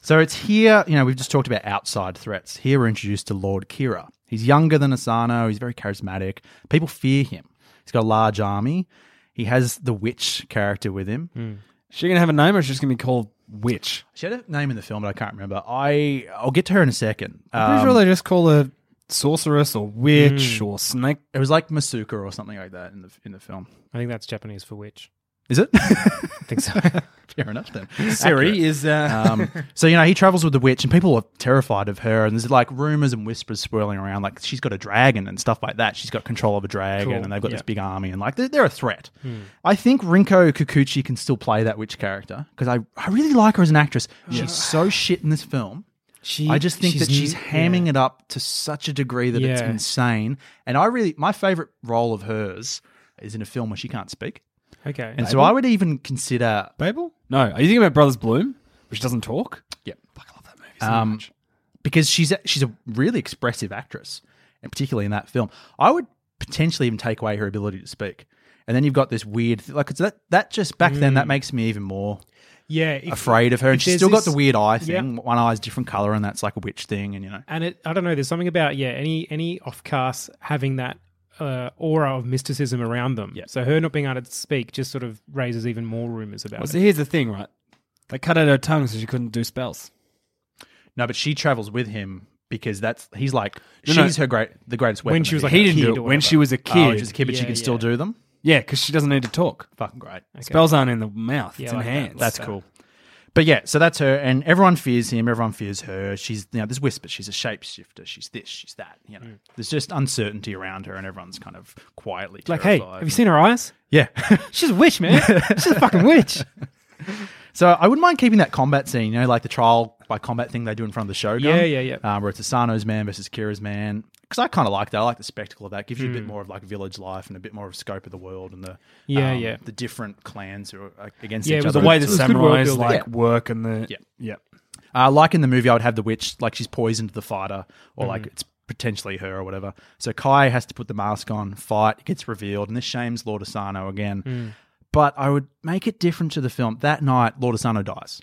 So it's here, you know, we've just talked about outside threats. Here we're introduced to Lord Kira. He's younger than Asano. He's very charismatic. People fear him. He's got a large army. He has the witch character with him. Is she gonna have a name or is she just gonna be called Witch? She had a name in the film, but I can't remember. I I'll get to her in a second. I'm pretty Um, sure they just call her sorceress or witch or snake. it was like Masuka or something like that in the in the film. I think that's Japanese for witch. Is it? I think so. Fair enough then. Accurate. Siri is uh, Um, so you know he travels with the witch, and people are terrified of her. And there's like rumors and whispers swirling around, like she's got a dragon and stuff like that. She's got control of a dragon, Cool. and they've got this Yeah. Hmm. big army, and like they're, they're a threat. I think Rinko Kikuchi can still play that witch character because I, I really like her as an actress. She's so shit in this film. She, I just think that she's hamming yeah. it up to such a degree that it's Yeah. insane. And I really my favorite role of hers is in a film where she can't speak. Okay. And so I would even consider Babel. No, are you thinking about Brothers Bloom, which doesn't talk? Yep. Fuck, I love that movie so Um, much. because she's a, she's a really expressive actress, and particularly in that film, I would potentially even take away her ability to speak. And then you've got this weird th- like it's that that just back then that makes me even more yeah. Hmm. if- afraid of her. And if she's there's still got this- the weird eye Yeah. thing. One eye's different color, and that's like a witch thing. And you know, and it i don't know there's something about yeah any any off cast having that uh, aura of mysticism around them Yeah. so her not being able to speak just sort of raises even more rumors about Well, it so here's the thing, right? They cut out her tongue so she couldn't do spells. No, but she travels with him because that's he's like No, she's no. her great the greatest weapon. When she was of like the a He didn't kid do or it when whatever. she was a Oh, kid. she's a kid, but she Yeah, can still yeah. do them. yeah, because she doesn't need to talk. Fucking great. Spells aren't in the mouth; Yeah, it's I in like that. hands. That's So- cool. But yeah, so that's her, and everyone fears him. Everyone fears her. She's you know this whisper. She's a shapeshifter. She's this. She's that. You Mm. know, there's just uncertainty around her, and everyone's kind of quietly Like, hey, terrified. have you seen her eyes? Yeah. She's a witch, man. She's a fucking witch. so I wouldn't mind keeping that combat scene. You know, like the trial by combat thing they do in front of the Shogun. Yeah, yeah, yeah. Um, where it's Asano's man versus Kira's man. Because I kind of like that. I like the spectacle of that. gives you Mm. a bit more of like village life and a bit more of scope of the world and the um, Yeah, yeah. the different clans who are uh, against Yeah, each it was other. The way the It was good world samurais building. like Yeah. work and the Yeah. yeah. Uh, like in the movie, I would have the witch, like she's poisoned the fighter, or Mm. like it's potentially her or whatever. So Kai has to put the mask on, fight, it gets revealed, and this shames Lord Asano again. Mm. But I would make it different to the film. That night, Lord Asano dies.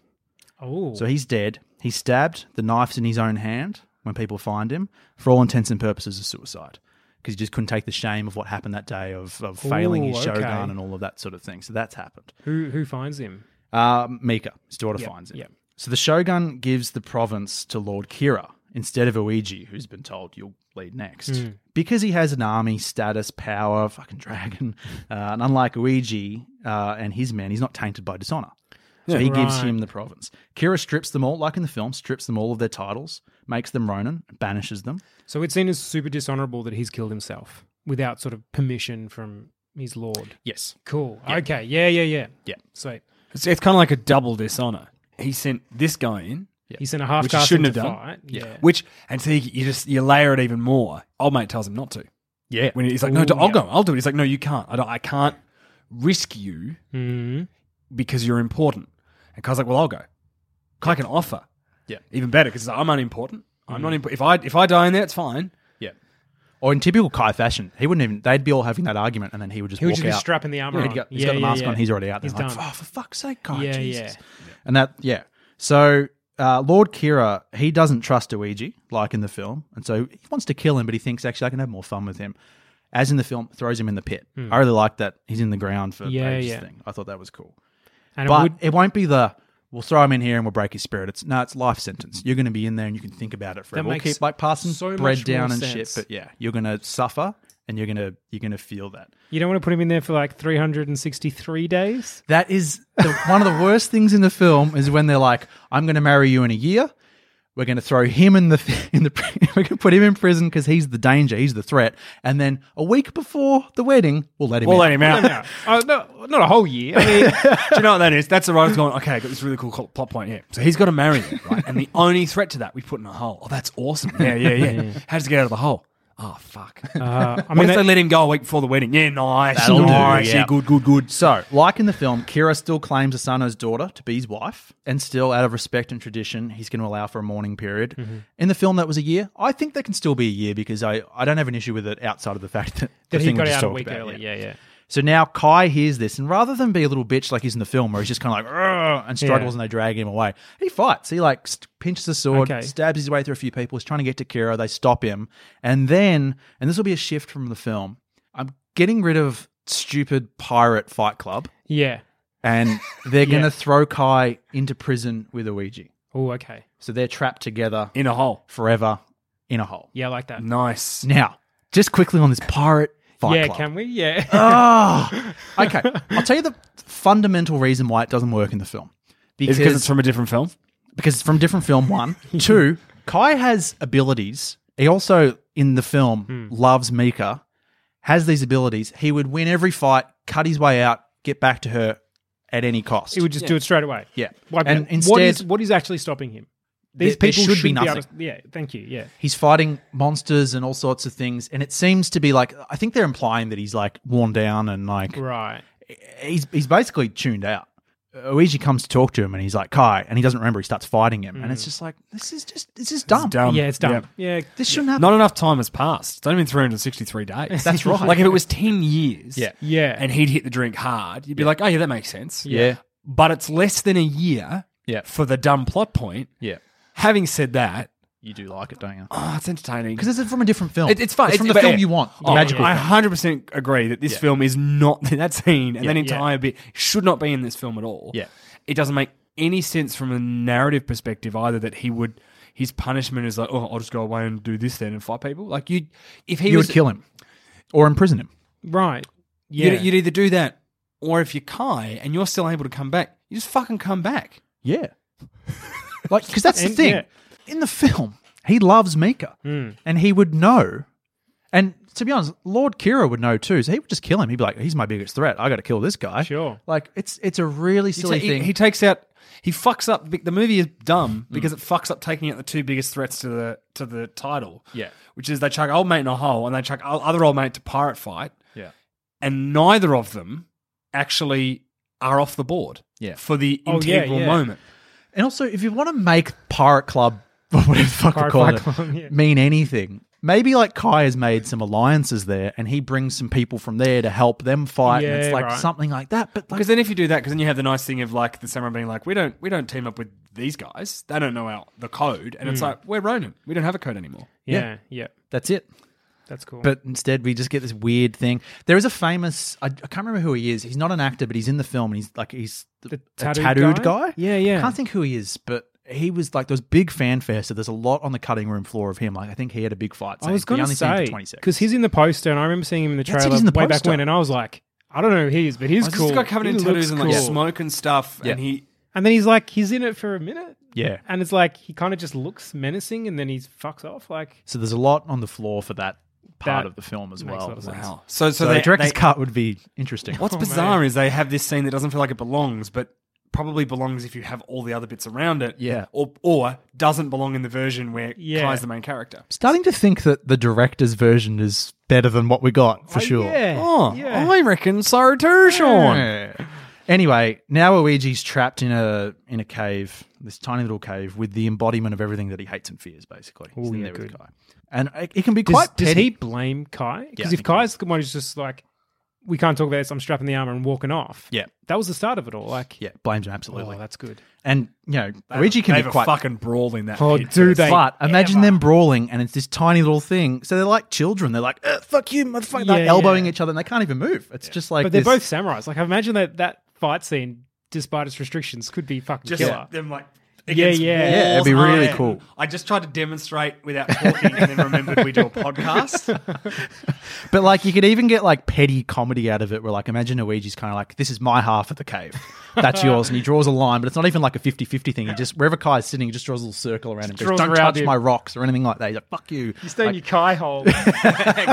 Oh, So he's dead. He's stabbed. The knife's in his own hand when people find him. For all intents and purposes, a suicide. Because he just couldn't take the shame of what happened that day of, of failing his Ooh, okay. shogun and all of that sort of thing. So that's happened. who who finds him? Uh, Mika, his daughter, Yep, finds it. yep. So the shogun gives the province to Lord Kira instead of Uiji, who's been told you'll lead next. Hmm. Because he has an army, status, power, fucking dragon. Uh, and unlike Uiji uh, and his men, he's not tainted by dishonor. So he gives Right. him the province. Kira strips them all, like in the film, strips them all of their titles, makes them Ronin, banishes them. So it's seen as super dishonorable that he's killed himself without sort of permission from his lord. Yes. Cool. Okay. Yeah, yeah, yeah. Yeah. Sweet. It's, it's kind of like a double dishonor. He sent this guy in, He sent a half which he cast shouldn't have into done. fight. Yeah. Which and so you, you just you layer it even more. Old mate tells him not to. Yeah. When he's like, no, Ooh, I'll yeah. go, I'll do it. He's like, no, you can't. I don't. I can't risk you Mhm. because you're important. And Kai's like, well, I'll go. Kai can offer. Yeah. Even better because I'm unimportant. I'm not important. If I if I die in there, it's fine. Yeah. Or in typical Kai fashion, he wouldn't even, they'd be all having that argument and then he would just He would walk just be out. strapping the armor Yeah, on. he'd got- he's Yeah, got the yeah, mask yeah. on, he's already out. He's He's like, done. oh, for fuck's sake, Kai, Yeah, Jesus. yeah. And that, yeah. So uh, Lord Kira, he doesn't trust Uiji, like in the film. And so he wants to kill him, but he thinks, actually, I can have more fun with him. As in the film, throws him in the pit. I really like that. He's in the ground for Hmm. Yeah, ages yeah. thing. I thought that was cool. And but it would, it won't be the, we'll throw him in here and we'll break his spirit. It's No, it's life sentence. You're going to be in there and you can think about it forever. We'll makes keep like passing so bread much down more and shit. sense. But yeah, you're going to suffer and you're going to you're going to feel that. you don't want to put him in there for like 363 days. That is the, one of the worst things in the film is when they're like, "I'm going to marry you in a year. We're going to throw him in the in the we're going to put him in prison because he's the danger, he's the threat." And then a week before the wedding, we'll let him. We'll in. let him out. Oh, no, not a whole year. Uh, I mean, Do you know what that is? That's the writer's going, okay, I got this really cool co- plot point here. So he's got to marry her, right? And the only threat to that we put in a hole. Oh, that's awesome. Yeah, yeah, yeah. How does he get out of the hole? Oh, fuck. uh, I what mean, if they that- let him go a week before the wedding? Yeah, nice. That'll do, nice. yeah. yeah, good, good, good. So, like in the film, Kira still claims Asano's daughter to be his wife, and still, out of respect and tradition, he's going to allow for a mourning period. Mm-hmm. In the film, that was a year. I think that can still be a year because I, I don't have an issue with it outside of the fact that, the that he thing we got just out a talked week about, early. Yeah, yeah. So now Kai hears this, and rather than be a little bitch like he's in the film, where he's just kind of like "Argh," and struggles, Yeah. and they drag him away, he fights. He like st- pinches a sword, Okay. stabs his way through a few people. He's trying to get to Kira. They stop him, and then, and this will be a shift from the film. I'm getting rid of stupid pirate Fight Club, Yeah. and they're gonna throw Kai into prison with Ouija. Oh, okay. So they're trapped together In a hole. forever in a hole. Yeah, I like that. Nice. Now, just quickly on this pirate Fight yeah, Club. can we? Yeah. Ah. Oh, okay. I'll tell you the fundamental reason why it doesn't work in the film. Is it because it's from a different film? because it's from different film one. Two, Kai has abilities. He also in the film Hmm. loves Mika, has these abilities. He would win every fight, cut his way out, get back to her at any cost. he would just do it straight away. Yeah. Wipe And and what is instead- what is actually stopping him? These there people should be able to- yeah. Thank you. Yeah. He's fighting monsters and all sorts of things, and it seems to be like I think they're implying that he's like worn down and like Right. he's he's basically tuned out. Luigi comes to talk to him and he's like Kai, and he doesn't remember. He starts fighting him, and it's just like this is just this is dumb. Mm. dumb. yeah, it's dumb. Yep. Yeah. This shouldn't happen. Not enough time has passed. It's only been 363 days. That's right. like if it was 10 years Yeah. Yeah. and he'd hit the drink hard, you'd be like, oh, yeah, that makes sense. yeah, But it's less than a year yeah, for the dumb plot point. yeah. Having said that, You do like it, don't you? oh, it's entertaining. Because it's from a different film. It- it's fun. It's from the but- film yeah. you want. Oh, magical. I film. 100% agree that this film is not that scene and that yeah. entire bit should not be in this film at all. Yeah. It doesn't make any sense from a narrative perspective either that he would his punishment is like, oh, I'll just go away and do this then and fight people. Like you, if he you was would kill him or imprison him. Right. Yeah. You'd, you'd either do that, or if you're Kai and you're still able to come back, you just fucking come back. Yeah. like, because that's the And- thing. yeah. In the film, he loves Mika and he would know. And to be honest, Lord Kira would know too. So he would just kill him. He'd be like, he's my biggest threat. I got to kill this guy. Sure. Like, it's it's a really You silly ta- he- thing. Mm. He, takes out. He fucks up. big- The movie is dumb because it fucks up taking out the two biggest threats to the to the title. Yeah. which is they chuck old mate in a hole and they chuck o- other old mate to pirate fight, yeah. and neither of them actually are off the board. Yeah. for the Oh, yeah, integral yeah. moment. And also, if you want to make Pirate Club, or whatever the fuck Pirate we call Fight it, Club, yeah. mean anything, maybe like Kai has made some alliances there and he brings some people from there to help them fight. and Yeah, it's like right. something like that. But like, Because then, if you do that, because then you have the nice thing of like the samurai being like, we don't we don't team up with these guys. They don't know our the code, and Hmm. it's like we're Ronin. We don't have a code anymore. yeah. Yeah. that's it. That's cool. But instead, we just get this weird thing. There is a famous, I, I can't remember who he is. He's not an actor, but he's in the film and he's like, he's The a tattooed tattooed guy? guy? Yeah, yeah. I can't think who he is, but he was like, there was big fanfare. So there's a lot on the cutting room floor of him. Like, I think he had a big fight. I was going to say because he's in the poster, and I remember seeing him in the That's it, trailer he's in the way back poster. when, and I was like, I don't know who he is, but he's He's cool. This guy covered He in looks tattoos and like cool. smoke and stuff, and Yeah. he And then he's like, he's in it for a minute, Yeah. and it's like he kind of just looks menacing, and then he fucks off. Like, So there's a lot on the floor for that part That of the film as makes a well. lot of sense. Wow. So, so, So they, the director's they- cut would be interesting. What's Oh, bizarre man. is they have this scene that doesn't feel like it belongs, but probably belongs if you have all the other bits around it. Yeah. Or, or doesn't belong in the version where Yeah. Kai's the main character. Starting to think that the director's version is better than what we got for Oh, sure. Yeah. Oh, yeah. I reckon so too, Sean. Yeah. Anyway, now Luigi's trapped in a in a cave, this tiny little cave with the embodiment of everything that he hates and fears. Basically, He's Ooh, in Oh, yeah, there with good. Kai, and it, it can be Does, quite. does petty. he blame Kai? Yeah, I Because if think he Kai's the one who's just like, we can't talk about this. I'm strapping the armor and walking off. Yeah. that was the start of it all. Like, Yeah, blames him oh, absolutely. that's good. and you know, They have- Luigi they can have be a quite fucking brawl in that. Oh, pit do first. they? But imagine them brawling, and it's this tiny little thing. So they're like children. They're like, "Uh, "Fuck you, motherfucker!" Yeah, like elbowing yeah. each other, and they can't even move. It's just like, but they're this- both samurais. Like, I imagine that that fight scene, despite its restrictions, could be fucking Just killer. them like. Yeah, against yeah. walls. Yeah, it'd be really I- cool. I just tried to demonstrate without talking and then remembered we do a podcast. But like, you could even get like petty comedy out of it, where like, imagine Luigi's kind of like, "This is my half of the cave, that's yours," and he draws a line. But it's not even like a 50-50 thing. He just wherever Kai's sitting, he just draws a little circle around him. Goes, draws Don't around touch him. my rocks or anything like that. He's like, "Fuck you." You stay in your Like, Kai hole. and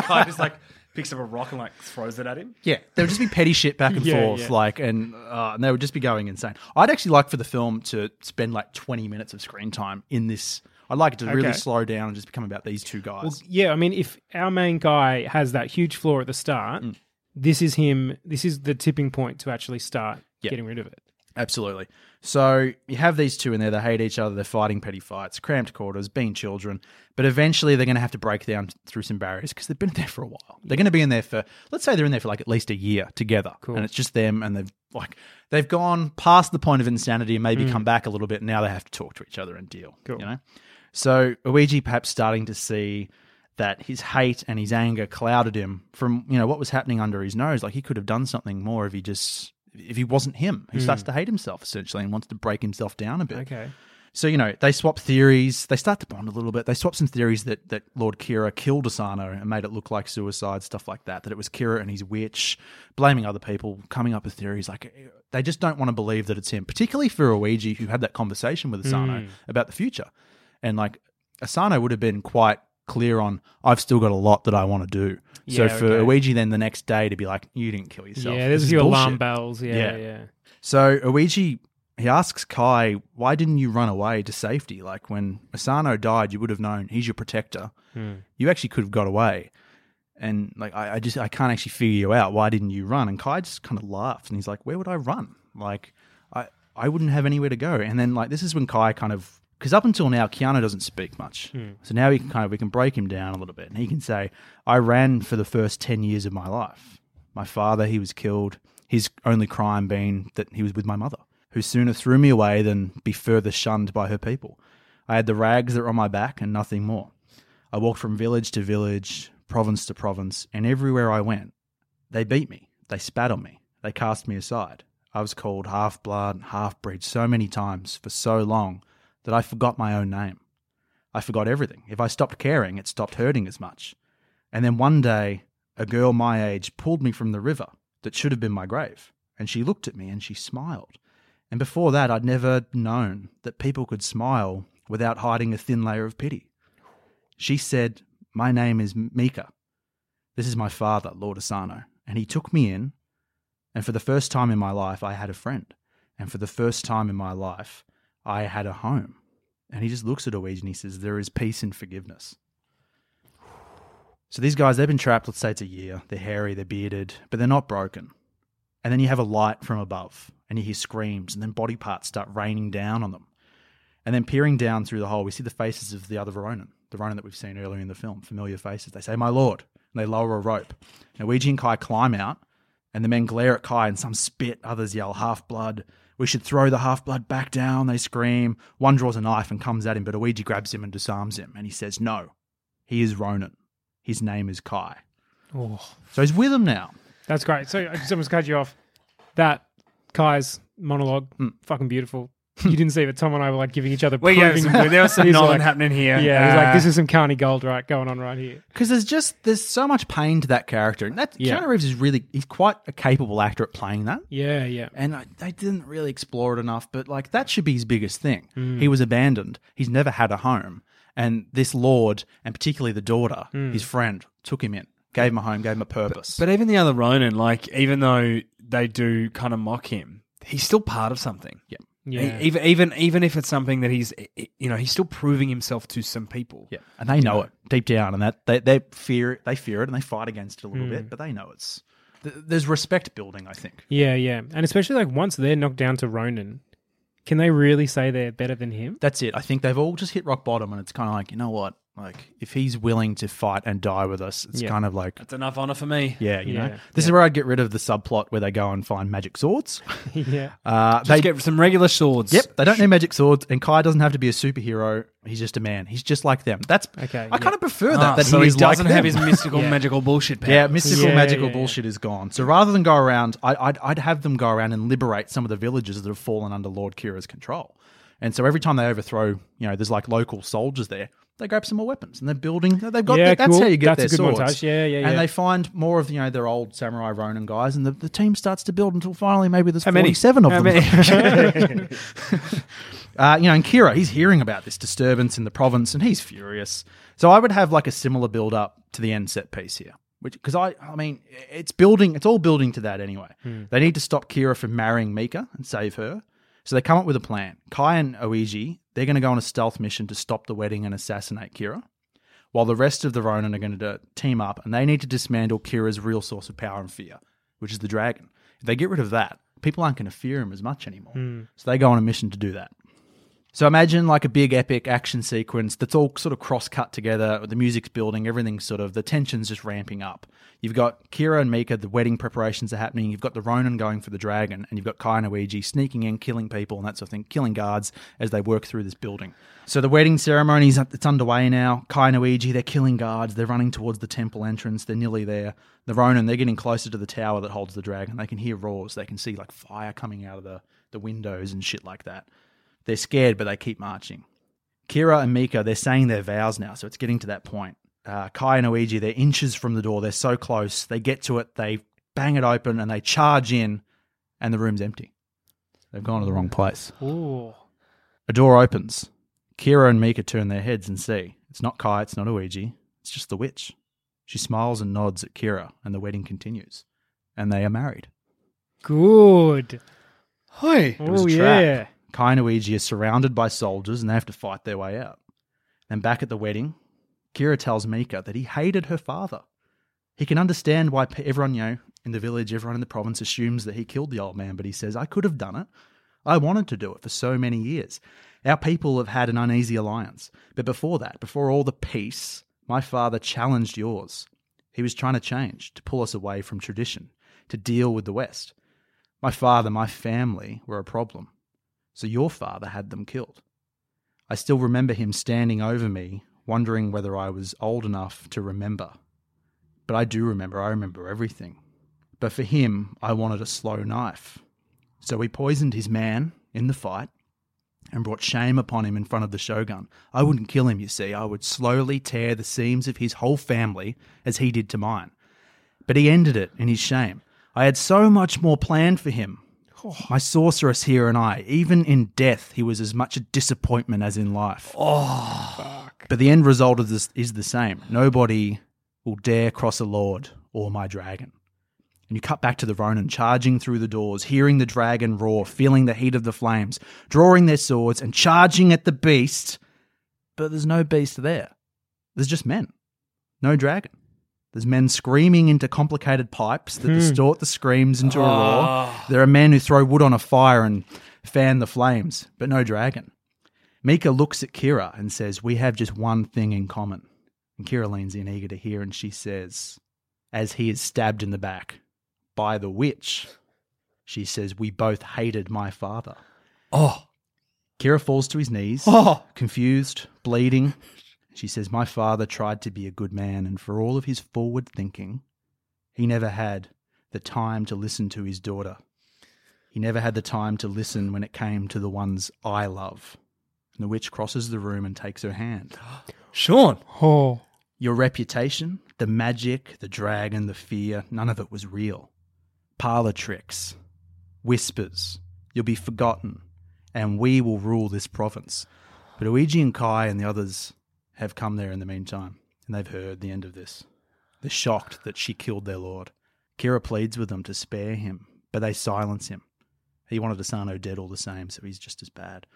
Kai just like picks up a rock and like throws it at him. yeah, there would just be petty shit back and Yeah, forth, yeah. like, and uh, and they would just be going insane. I'd actually like for the film to spend like twenty minutes of screen time in this. I'd like it to really Okay. slow down and just become about these two guys. Well, yeah, I mean, if our main guy has that huge flaw at the start, Mm. this is him. This is the tipping point to actually start Yeah. getting rid of it. Absolutely. So you have these two in there. They hate each other. They're fighting petty fights, cramped quarters, being children. But eventually, they're going to have to break down through some barriers because they've been there for a while. They're going to be in there for, let's say, they're in there for like at least a year together, and it's just them. And they've like they've gone past the point of insanity and maybe come back a little bit. Now they have to talk to each other and deal. You know. So Luigi perhaps starting to see that his hate and his anger clouded him from you know what was happening under his nose. Like he could have done something more if he just if he wasn't him. He starts to hate himself essentially and wants to break himself down a bit. Okay. So you know they swap theories. They start to bond a little bit. They swap some theories that that Lord Kira killed Asano and made it look like suicide, stuff like that. That it was Kira and his witch, blaming other people, coming up with theories like eh, they just don't want to believe that it's him. Particularly for Luigi, who had that conversation with Asano Hmm. about the future, and like Asano would have been quite clear on I've still got a lot that I want to do. Yeah, so for okay. Luigi, then the next day to be like, you didn't kill yourself. Yeah, there's This a is few alarm bullshit." bells. Yeah, yeah. Yeah. So Luigi he asks Kai, "Why didn't you run away to safety? Like when Asano died, you would have known he's your protector. You actually could have got away." And like I, I just I can't actually figure you out. Why didn't you run? And Kai just kind of laughs and he's like, "Where would I run? Like I I wouldn't have anywhere to go." And then like this is when Kai kind of because up until now Keanu doesn't speak much, so now he can kind of we can break him down a little bit and he can say, "I ran for the first ten years of my life. My father, he was killed. His only crime being that he was with my mother, who sooner threw me away than be further shunned by her people. I had the rags that were on my back and nothing more. I walked from village to village, province to province, and everywhere I went, they beat me. They spat on me. They cast me aside. I was called half blood and half breed so many times for so long that I forgot my own name. I forgot everything. If I stopped caring, it stopped hurting as much. And then one day, a girl my age pulled me from the river that should have been my grave. And she looked at me and she smiled. And before that, I'd never known that people could smile without hiding a thin layer of pity. She said, My name is Mika. This is my father, Lord Asano. And he took me in. And for the first time in my life, I had a friend. And for the first time in my life, I had a home. And he just looks at Owej and he says, There is peace in forgiveness. So these guys, they've been trapped, let's say it's a year. They're hairy, they're bearded, but they're not broken. And then you have a light from above and you hear screams, and then body parts start raining down on them. And then peering down through the hole, we see the faces of the other Ronin, the Ronin that we've seen earlier in the film, familiar faces. They say, My lord, and they lower a rope. Now, Ouija and Kai climb out, and the men glare at Kai, and some spit, others yell, Half blood. We should throw the half blood back down, they scream. One draws a knife and comes at him, but Ouija grabs him and disarms him, and he says, No, he is Ronin. His name is Kai. So he's with him now. That's great. So I just almost cut you off. That Kai's monologue, Mm. fucking beautiful. You didn't see, but Tom and I were like giving each other. We gave proving- some- there was some He's Nolan happening here. Yeah, he's Yeah. Uh, like, this is some Carney gold right going on right here. Because there's just there's so much pain to that character, and that Yeah. Keanu Reeves is really he's quite a capable actor at playing that. Yeah, yeah. And I, they didn't really explore it enough, but like that should be his biggest thing. He was abandoned. He's never had a home, and this lord, and particularly the daughter, his friend, took him in, gave him a home, gave him a purpose. But even the other Ronin, like, even though they do kind of mock him, he's still part of something. Yeah. Yeah. even even even if it's something that he's, you know, he's still proving himself to some people. yeah, and they know it deep down, and that they, they fear they fear it, and they fight against it a little bit, but they know it's th- there's respect building. I think. Yeah, yeah. And especially like once they're knocked down to Ronan, can they really say they're better than him? that's it. I think they've all just hit rock bottom, and it's kind of like, you know what? Like, if he's willing to fight and die with us, it's Yeah. kind of like, That's enough honor for me. yeah, you know, Yeah, this is where I'd get rid of the subplot where they go and find magic swords. yeah. Uh, Just they get some regular swords. Yep, they don't need magic swords, and Kai doesn't have to be a superhero. He's just a man. He's just like them. That's Okay, I yeah. kind of prefer that. Ah, that so he, he is like doesn't them. have his mystical, Yeah. magical bullshit powers. Yeah, mystical Yeah, magical yeah, yeah. bullshit is gone. So rather than go around, I, I'd, I'd have them go around and liberate some of the villages that have fallen under Lord Kira's control. And so every time they overthrow, you know, there's like local soldiers there. They grab some more weapons and they're building. They've got Yeah, that's cool. how you get That's a their good swords. montage. Yeah, yeah, And yeah. they find more of you know their old samurai Ronin guys, and the, the team starts to build until finally maybe there's How many? 47 of How them. many? Uh, you know, and Kira, he's hearing about this disturbance in the province and he's furious. So I would have like a similar build up to the end set piece here, which, because I, I mean, it's building, it's all building to that anyway. Hmm. They need to stop Kira from marrying Mika and save her. So they come up with a plan. Kai and Oiji, they're going to go on a stealth mission to stop the wedding and assassinate Kira, while the rest of the Ronin are going to team up and they need to dismantle Kira's real source of power and fear, which is the dragon. If they get rid of that, people aren't going to fear him as much anymore. So they go on a mission to do that. So imagine like a big epic action sequence that's all sort of cross cut together. The music's building, everything's sort of the tension's just ramping up. You've got Kira and Mika, the wedding preparations are happening. You've got the Ronin going for the dragon, and you've got Kai and Ouija sneaking in, killing people and that sort of thing, killing guards as they work through this building. So the wedding ceremony's it's underway now. Kai and Ouija, they're killing guards. They're running towards the temple entrance. They're nearly there. The Ronin, they're getting closer to the tower that holds the dragon. They can hear roars. They can see like fire coming out of the the windows and shit like that. They're scared, but they keep marching. Kira and Mika, they're saying their vows now, so it's getting to that point. Uh, Kai and Oiji, they're inches from the door. They're so close. They get to it, they bang it open, and they charge in, and the room's empty. They've gone to the wrong place. Ooh. A door opens. Kira and Mika turn their heads and see. It's not Kai, it's not Ouija, it's just the witch. She smiles and nods at Kira, and the wedding continues. And they are married. Good. Hi. It was oh a trap. yeah. Kai and Ouija are surrounded by soldiers and they have to fight their way out. Then back at the wedding, Kira tells Mika that he hated her father. He can understand why pe- everyone, you know, in the village, everyone in the province assumes that he killed the old man, but he says, I could have done it. I wanted to do it for so many years. Our people have had an uneasy alliance. But before that, before all the peace, my father challenged yours. He was trying to change, to pull us away from tradition, to deal with the West. My father, my family were a problem so your father had them killed. I still remember him standing over me, wondering whether I was old enough to remember. But I do remember, I remember everything. But for him, I wanted a slow knife. So we poisoned his man in the fight, and brought shame upon him in front of the shogun. I wouldn't kill him, you see. I would slowly tear the seams of his whole family as he did to mine. But he ended it in his shame. I had so much more planned for him. My sorceress here and I, even in death, he was as much a disappointment as in life. Oh, But the end result of this is the same. Nobody will dare cross a lord or my dragon. And you cut back to the Ronin charging through the doors, hearing the dragon roar, feeling the heat of the flames, drawing their swords and charging at the beast. But there's no beast there. There's just men. No dragon. There's men screaming into complicated pipes that distort the screams into a roar. There are men who throw wood on a fire and fan the flames, but no dragon. Mika looks at Kira and says, We have just one thing in common. And Kira leans in, eager to hear, and she says, As he is stabbed in the back by the witch, she says, We both hated my father. Oh. Kira falls to his knees, Oh. confused, bleeding. She says, My father tried to be a good man, and for all of his forward thinking, he never had the time to listen to his daughter. He never had the time to listen when it came to the ones I love. And the witch crosses the room and takes her hand. Sean. Oh, Your reputation, the magic, the dragon, the fear, none of it was real. Parlor tricks, whispers, you'll be forgotten, and we will rule this province. But Uiji and Kai and the others have come there in the meantime, and they've heard the end of this. They're shocked that she killed their lord. Kira pleads with them to spare him, but they silence him. He wanted Asano dead all the same, so he's just as bad.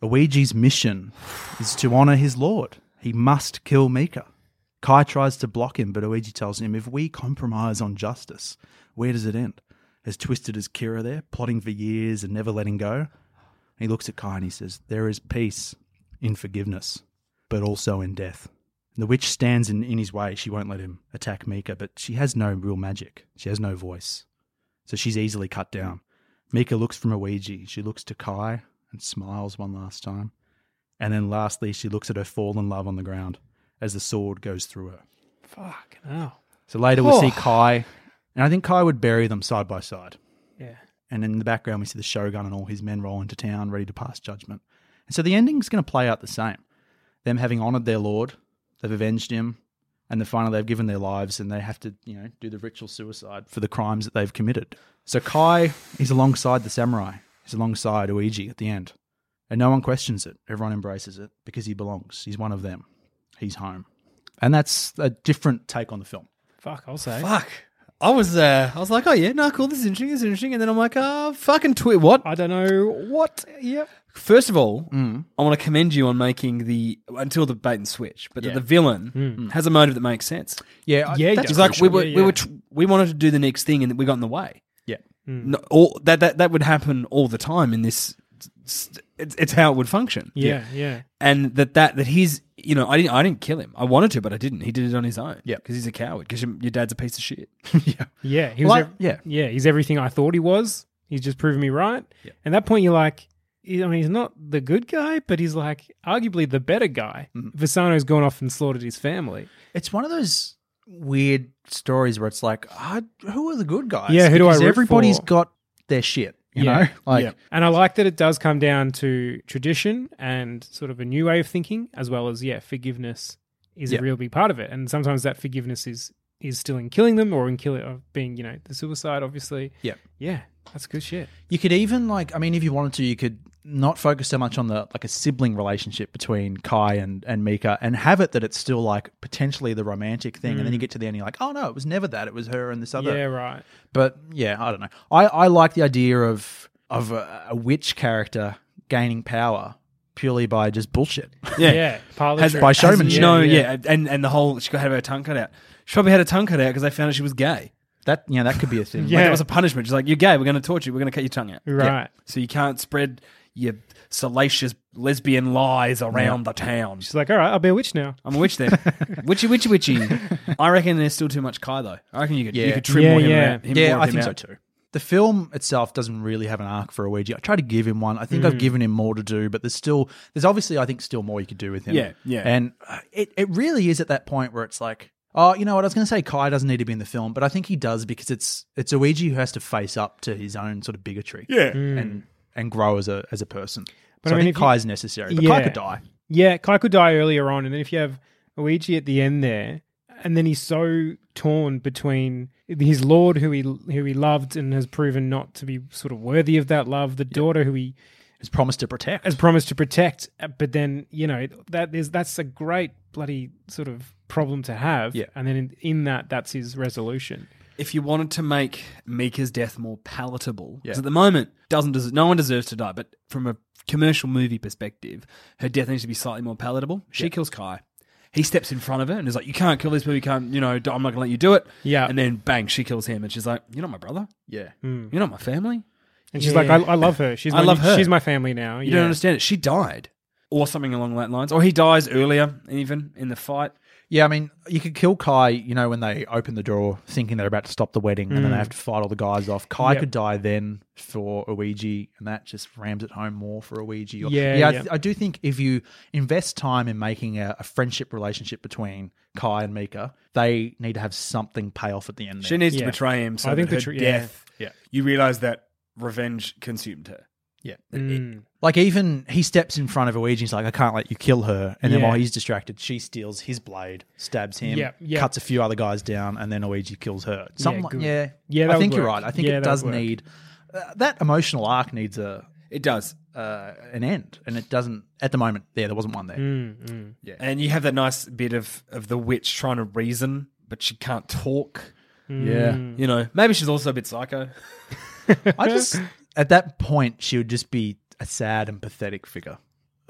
Luigi's mission is to honor his lord. He must kill Mika. Kai tries to block him, but Luigi tells him, if we compromise on justice, where does it end? As twisted as Kira there, plotting for years and never letting go. He looks at Kai and he says, There is peace in forgiveness, but also in death. And the witch stands in, in his way. She won't let him attack Mika, but she has no real magic. She has no voice. So she's easily cut down. Mika looks from Ouija. She looks to Kai and smiles one last time. And then lastly, she looks at her fallen love on the ground as the sword goes through her. fuck hell. So later we see Kai, and I think Kai would bury them side by side. Yeah. And in the background, we see the Shogun and all his men roll into town, ready to pass judgment. And so the ending's going to play out the same. Them having honored their lord, they've avenged him, and then finally they've given their lives and they have to, you know, do the ritual suicide for the crimes that they've committed. So Kai is alongside the samurai. He's alongside Ueji at the end. And no one questions it. Everyone embraces it because he belongs. He's one of them. He's home. And that's a different take on the film. Fuck, I'll say. Fuck. I was uh, I was like, oh yeah, no, cool. This is interesting. This is interesting. And then I'm like, uh, fucking tweet. What? I don't know what. Yep. First of all, Mm. I want to commend you on making the until the bait and switch, but that the villain Mm. has a motive that makes sense. Yeah, Yeah, he It's does. like we Yeah, were, Mm. yeah. we were tr- we wanted to do the next thing, and we got in the way. yeah, Mm. No, all that that that would happen all the time in this. It's, it's how it would function. Yeah, yeah. and that that that he's you know I didn't I didn't kill him. I wanted to, but I didn't. He did it on his own. Yeah. because he's a coward. Because your, your dad's a piece of shit. yeah. Yeah, he was. Well, I- ev- yeah. yeah, he's everything I thought he was. He's just proven me right. And that point, you're like, I mean, he's not the good guy, but he's like arguably the better guy. Visano's gone off and slaughtered his family. It's one of those weird stories where it's like, ah, who are the good guys? Yeah, who do I Because root everybody's for? got their shit, you Yeah. know? Like, And I like that it does come down to tradition and sort of a new way of thinking, as well as yeah, forgiveness is Yeah. a real big part of it. And sometimes that forgiveness is is still in killing them or in killing of being you know the suicide. Obviously, Yeah. yeah, that's good shit. you could even, like, I mean, if you wanted to, you could not focus so much on the, like, a sibling relationship between Kai and, and Mika and have it that it's still, like, potentially the romantic thing. And then you get to the end and you're like, oh, no, it was never that. It was her and this other. Mm. Yeah, right. But yeah, I don't know. I, I like the idea of of a, a witch character gaining power purely by just bullshit. Yeah, Parlor Has- trick. by showmanship. no, Yeah, yeah. yeah. and and the whole she had her tongue cut out. She probably had her tongue cut out because they found out she was gay. That you know that could be a thing. Yeah. Like, it was a punishment. She's like, "You're gay. We're going to torture you. We're going to cut your tongue out. Right. So you can't spread your salacious lesbian lies around the town." She's like, all right, I'll be a witch now. I'm a witch then. witchy, witchy, witchy. I reckon there's still too much Kai though. I reckon you could you Yeah. could trim Yeah, more him yeah. out. Him yeah, more of I him think out. so too. The film itself doesn't really have an arc for Ouija. I tried to give him one. I think I've given him more to do, but there's still there's obviously I think still more you could do with him. Yeah, yeah. And uh, it it really is at that point where it's like, oh, you know what? I was going to say Kai doesn't need to be in the film, but I think he does because it's it's Mm. Ouija who has to face up to his own sort of bigotry. Yeah, and and grow as a as a person. But so I, I mean, think if you- Kai's necessary. But Kai Yeah. could die. Yeah, Kai could die earlier on, and then if you have Luigi at the end there, and then he's so torn between his lord, who he who he loved and has proven not to be sort of worthy of that love, the daughter who he He's promised to protect. has promised to protect, uh, but then you know that is that's a great bloody sort of problem to have. Yeah. and then in, in that, that's his resolution. if you wanted to make Mika's death more palatable, Yeah. because at the moment doesn't des- no one deserves to die, but from a commercial movie perspective, her death needs to be slightly more palatable. She kills Kai. He steps in front of her and is like, "You can't kill this people. You can't. You know, I'm not going to let you do it." Yeah. And then bang, she kills him, and she's like, "You're not my brother. Yeah. Hmm. You're not my family. And she's like, I, I love her. She's I my, love her. She's my family now. You don't understand it. She died, or something along that lines, or he dies earlier, even in the fight." Yeah, I mean, you could kill Kai, you know, when they open the door thinking they're about to stop the wedding and then they have to fight all the guys off. Kai Mm. Yep. could die then for Ouija, and that just rams it home more for Ouija. Or- Yeah, I, yeah. th- I do think if you invest time in making a, a friendship relationship between Kai and Mika, they need to have something pay off at the end. She There. needs to Yeah. betray him. So I think that her the tr- yeah. death. Yeah. You realize that revenge consumed her. yeah. Mm. Like, even he steps in front of Ouija, he's like, I can't let you kill her. And then Yeah. while he's distracted, she steals his blade, stabs him, Yep, yep. cuts a few other guys down, and then Ouija kills her. Yeah, Something like- good. yeah. Yeah, that I would think you're work. right. I think Yeah, it that would does work. need uh, that emotional arc needs a It does. uh, an end, and it doesn't at the moment. Yeah, there wasn't one Hmm. there. Yeah. And you have that nice bit of, of the witch trying to reason, but she can't talk. Yeah, You know, maybe she's also a bit psycho. I just at that point she would just be a sad and pathetic figure.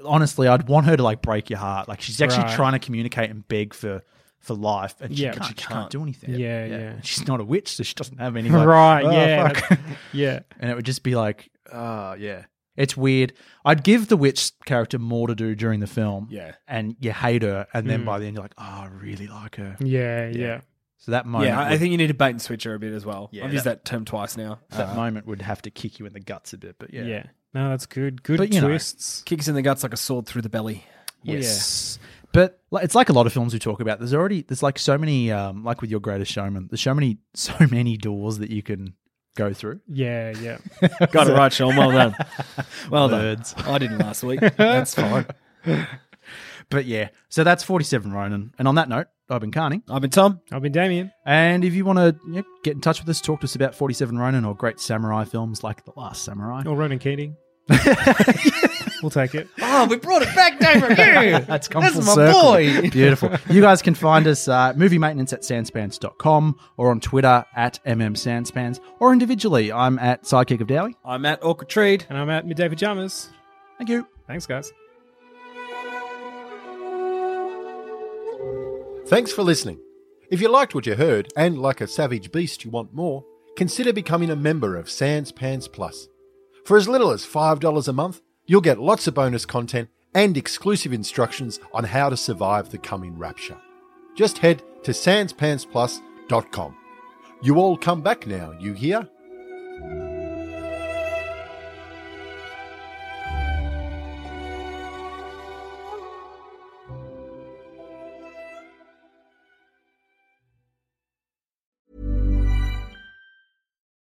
Honestly, I'd want her to like break your heart. Like she's actually Right. trying to communicate and beg for for life, and she, Yeah, can't, she she can't. do anything. Yeah, yeah. She's not a witch, so she doesn't have any. like, Right? "Oh, yeah, fuck." that's- yeah. and it would just be like, uh, yeah. It's weird. I'd give the witch character more to do during the film. Yeah. And you hate her. And then by the end, you're like, oh, I really like her. Mm. Yeah, yeah, So that moment, yeah, I, I would, think you need to bait and switch her a bit as well. Yeah, I've used that term twice now. that Uh, moment would have to kick you in the guts a bit. But yeah. yeah, No, that's good. Good But, you know, twists. kicks in the guts like a sword through the belly. Well, yeah. Yes. But like, it's like a lot of films we talk about. There's already, there's like so many, um, like with Your Greatest Showman, there's so many, so many doors that you can go through. Yeah, yeah. Got it right, Sean. Well done. Well Words. done. I didn't last week. That's fine. But yeah. So that's 47 Ronin. And on that note, I've been Carney. I've been Tom. I've been Damien. And if you want to you know, get in touch with us, talk to us about 47 Ronin or great samurai films like The Last Samurai. Or Ronan Keating. we'll take it. Oh, we brought it back, David. That's come full circle. Beautiful. You guys can find us uh, movie maintenance at sandspans.com or on Twitter at mmsandspans or individually. I'm at Sidekick of Dowie. I'm at Orchid Tree. And I'm at midday pajamas. Thank you. Thanks, guys. Thanks for listening. If you liked what you heard, and like a savage beast you want more, consider becoming a member of Sans Pants Plus. For as little as $5 a month, you'll get lots of bonus content and exclusive instructions on how to survive the coming rapture. Just head to sanspantsplus.com. You all come back now, you hear?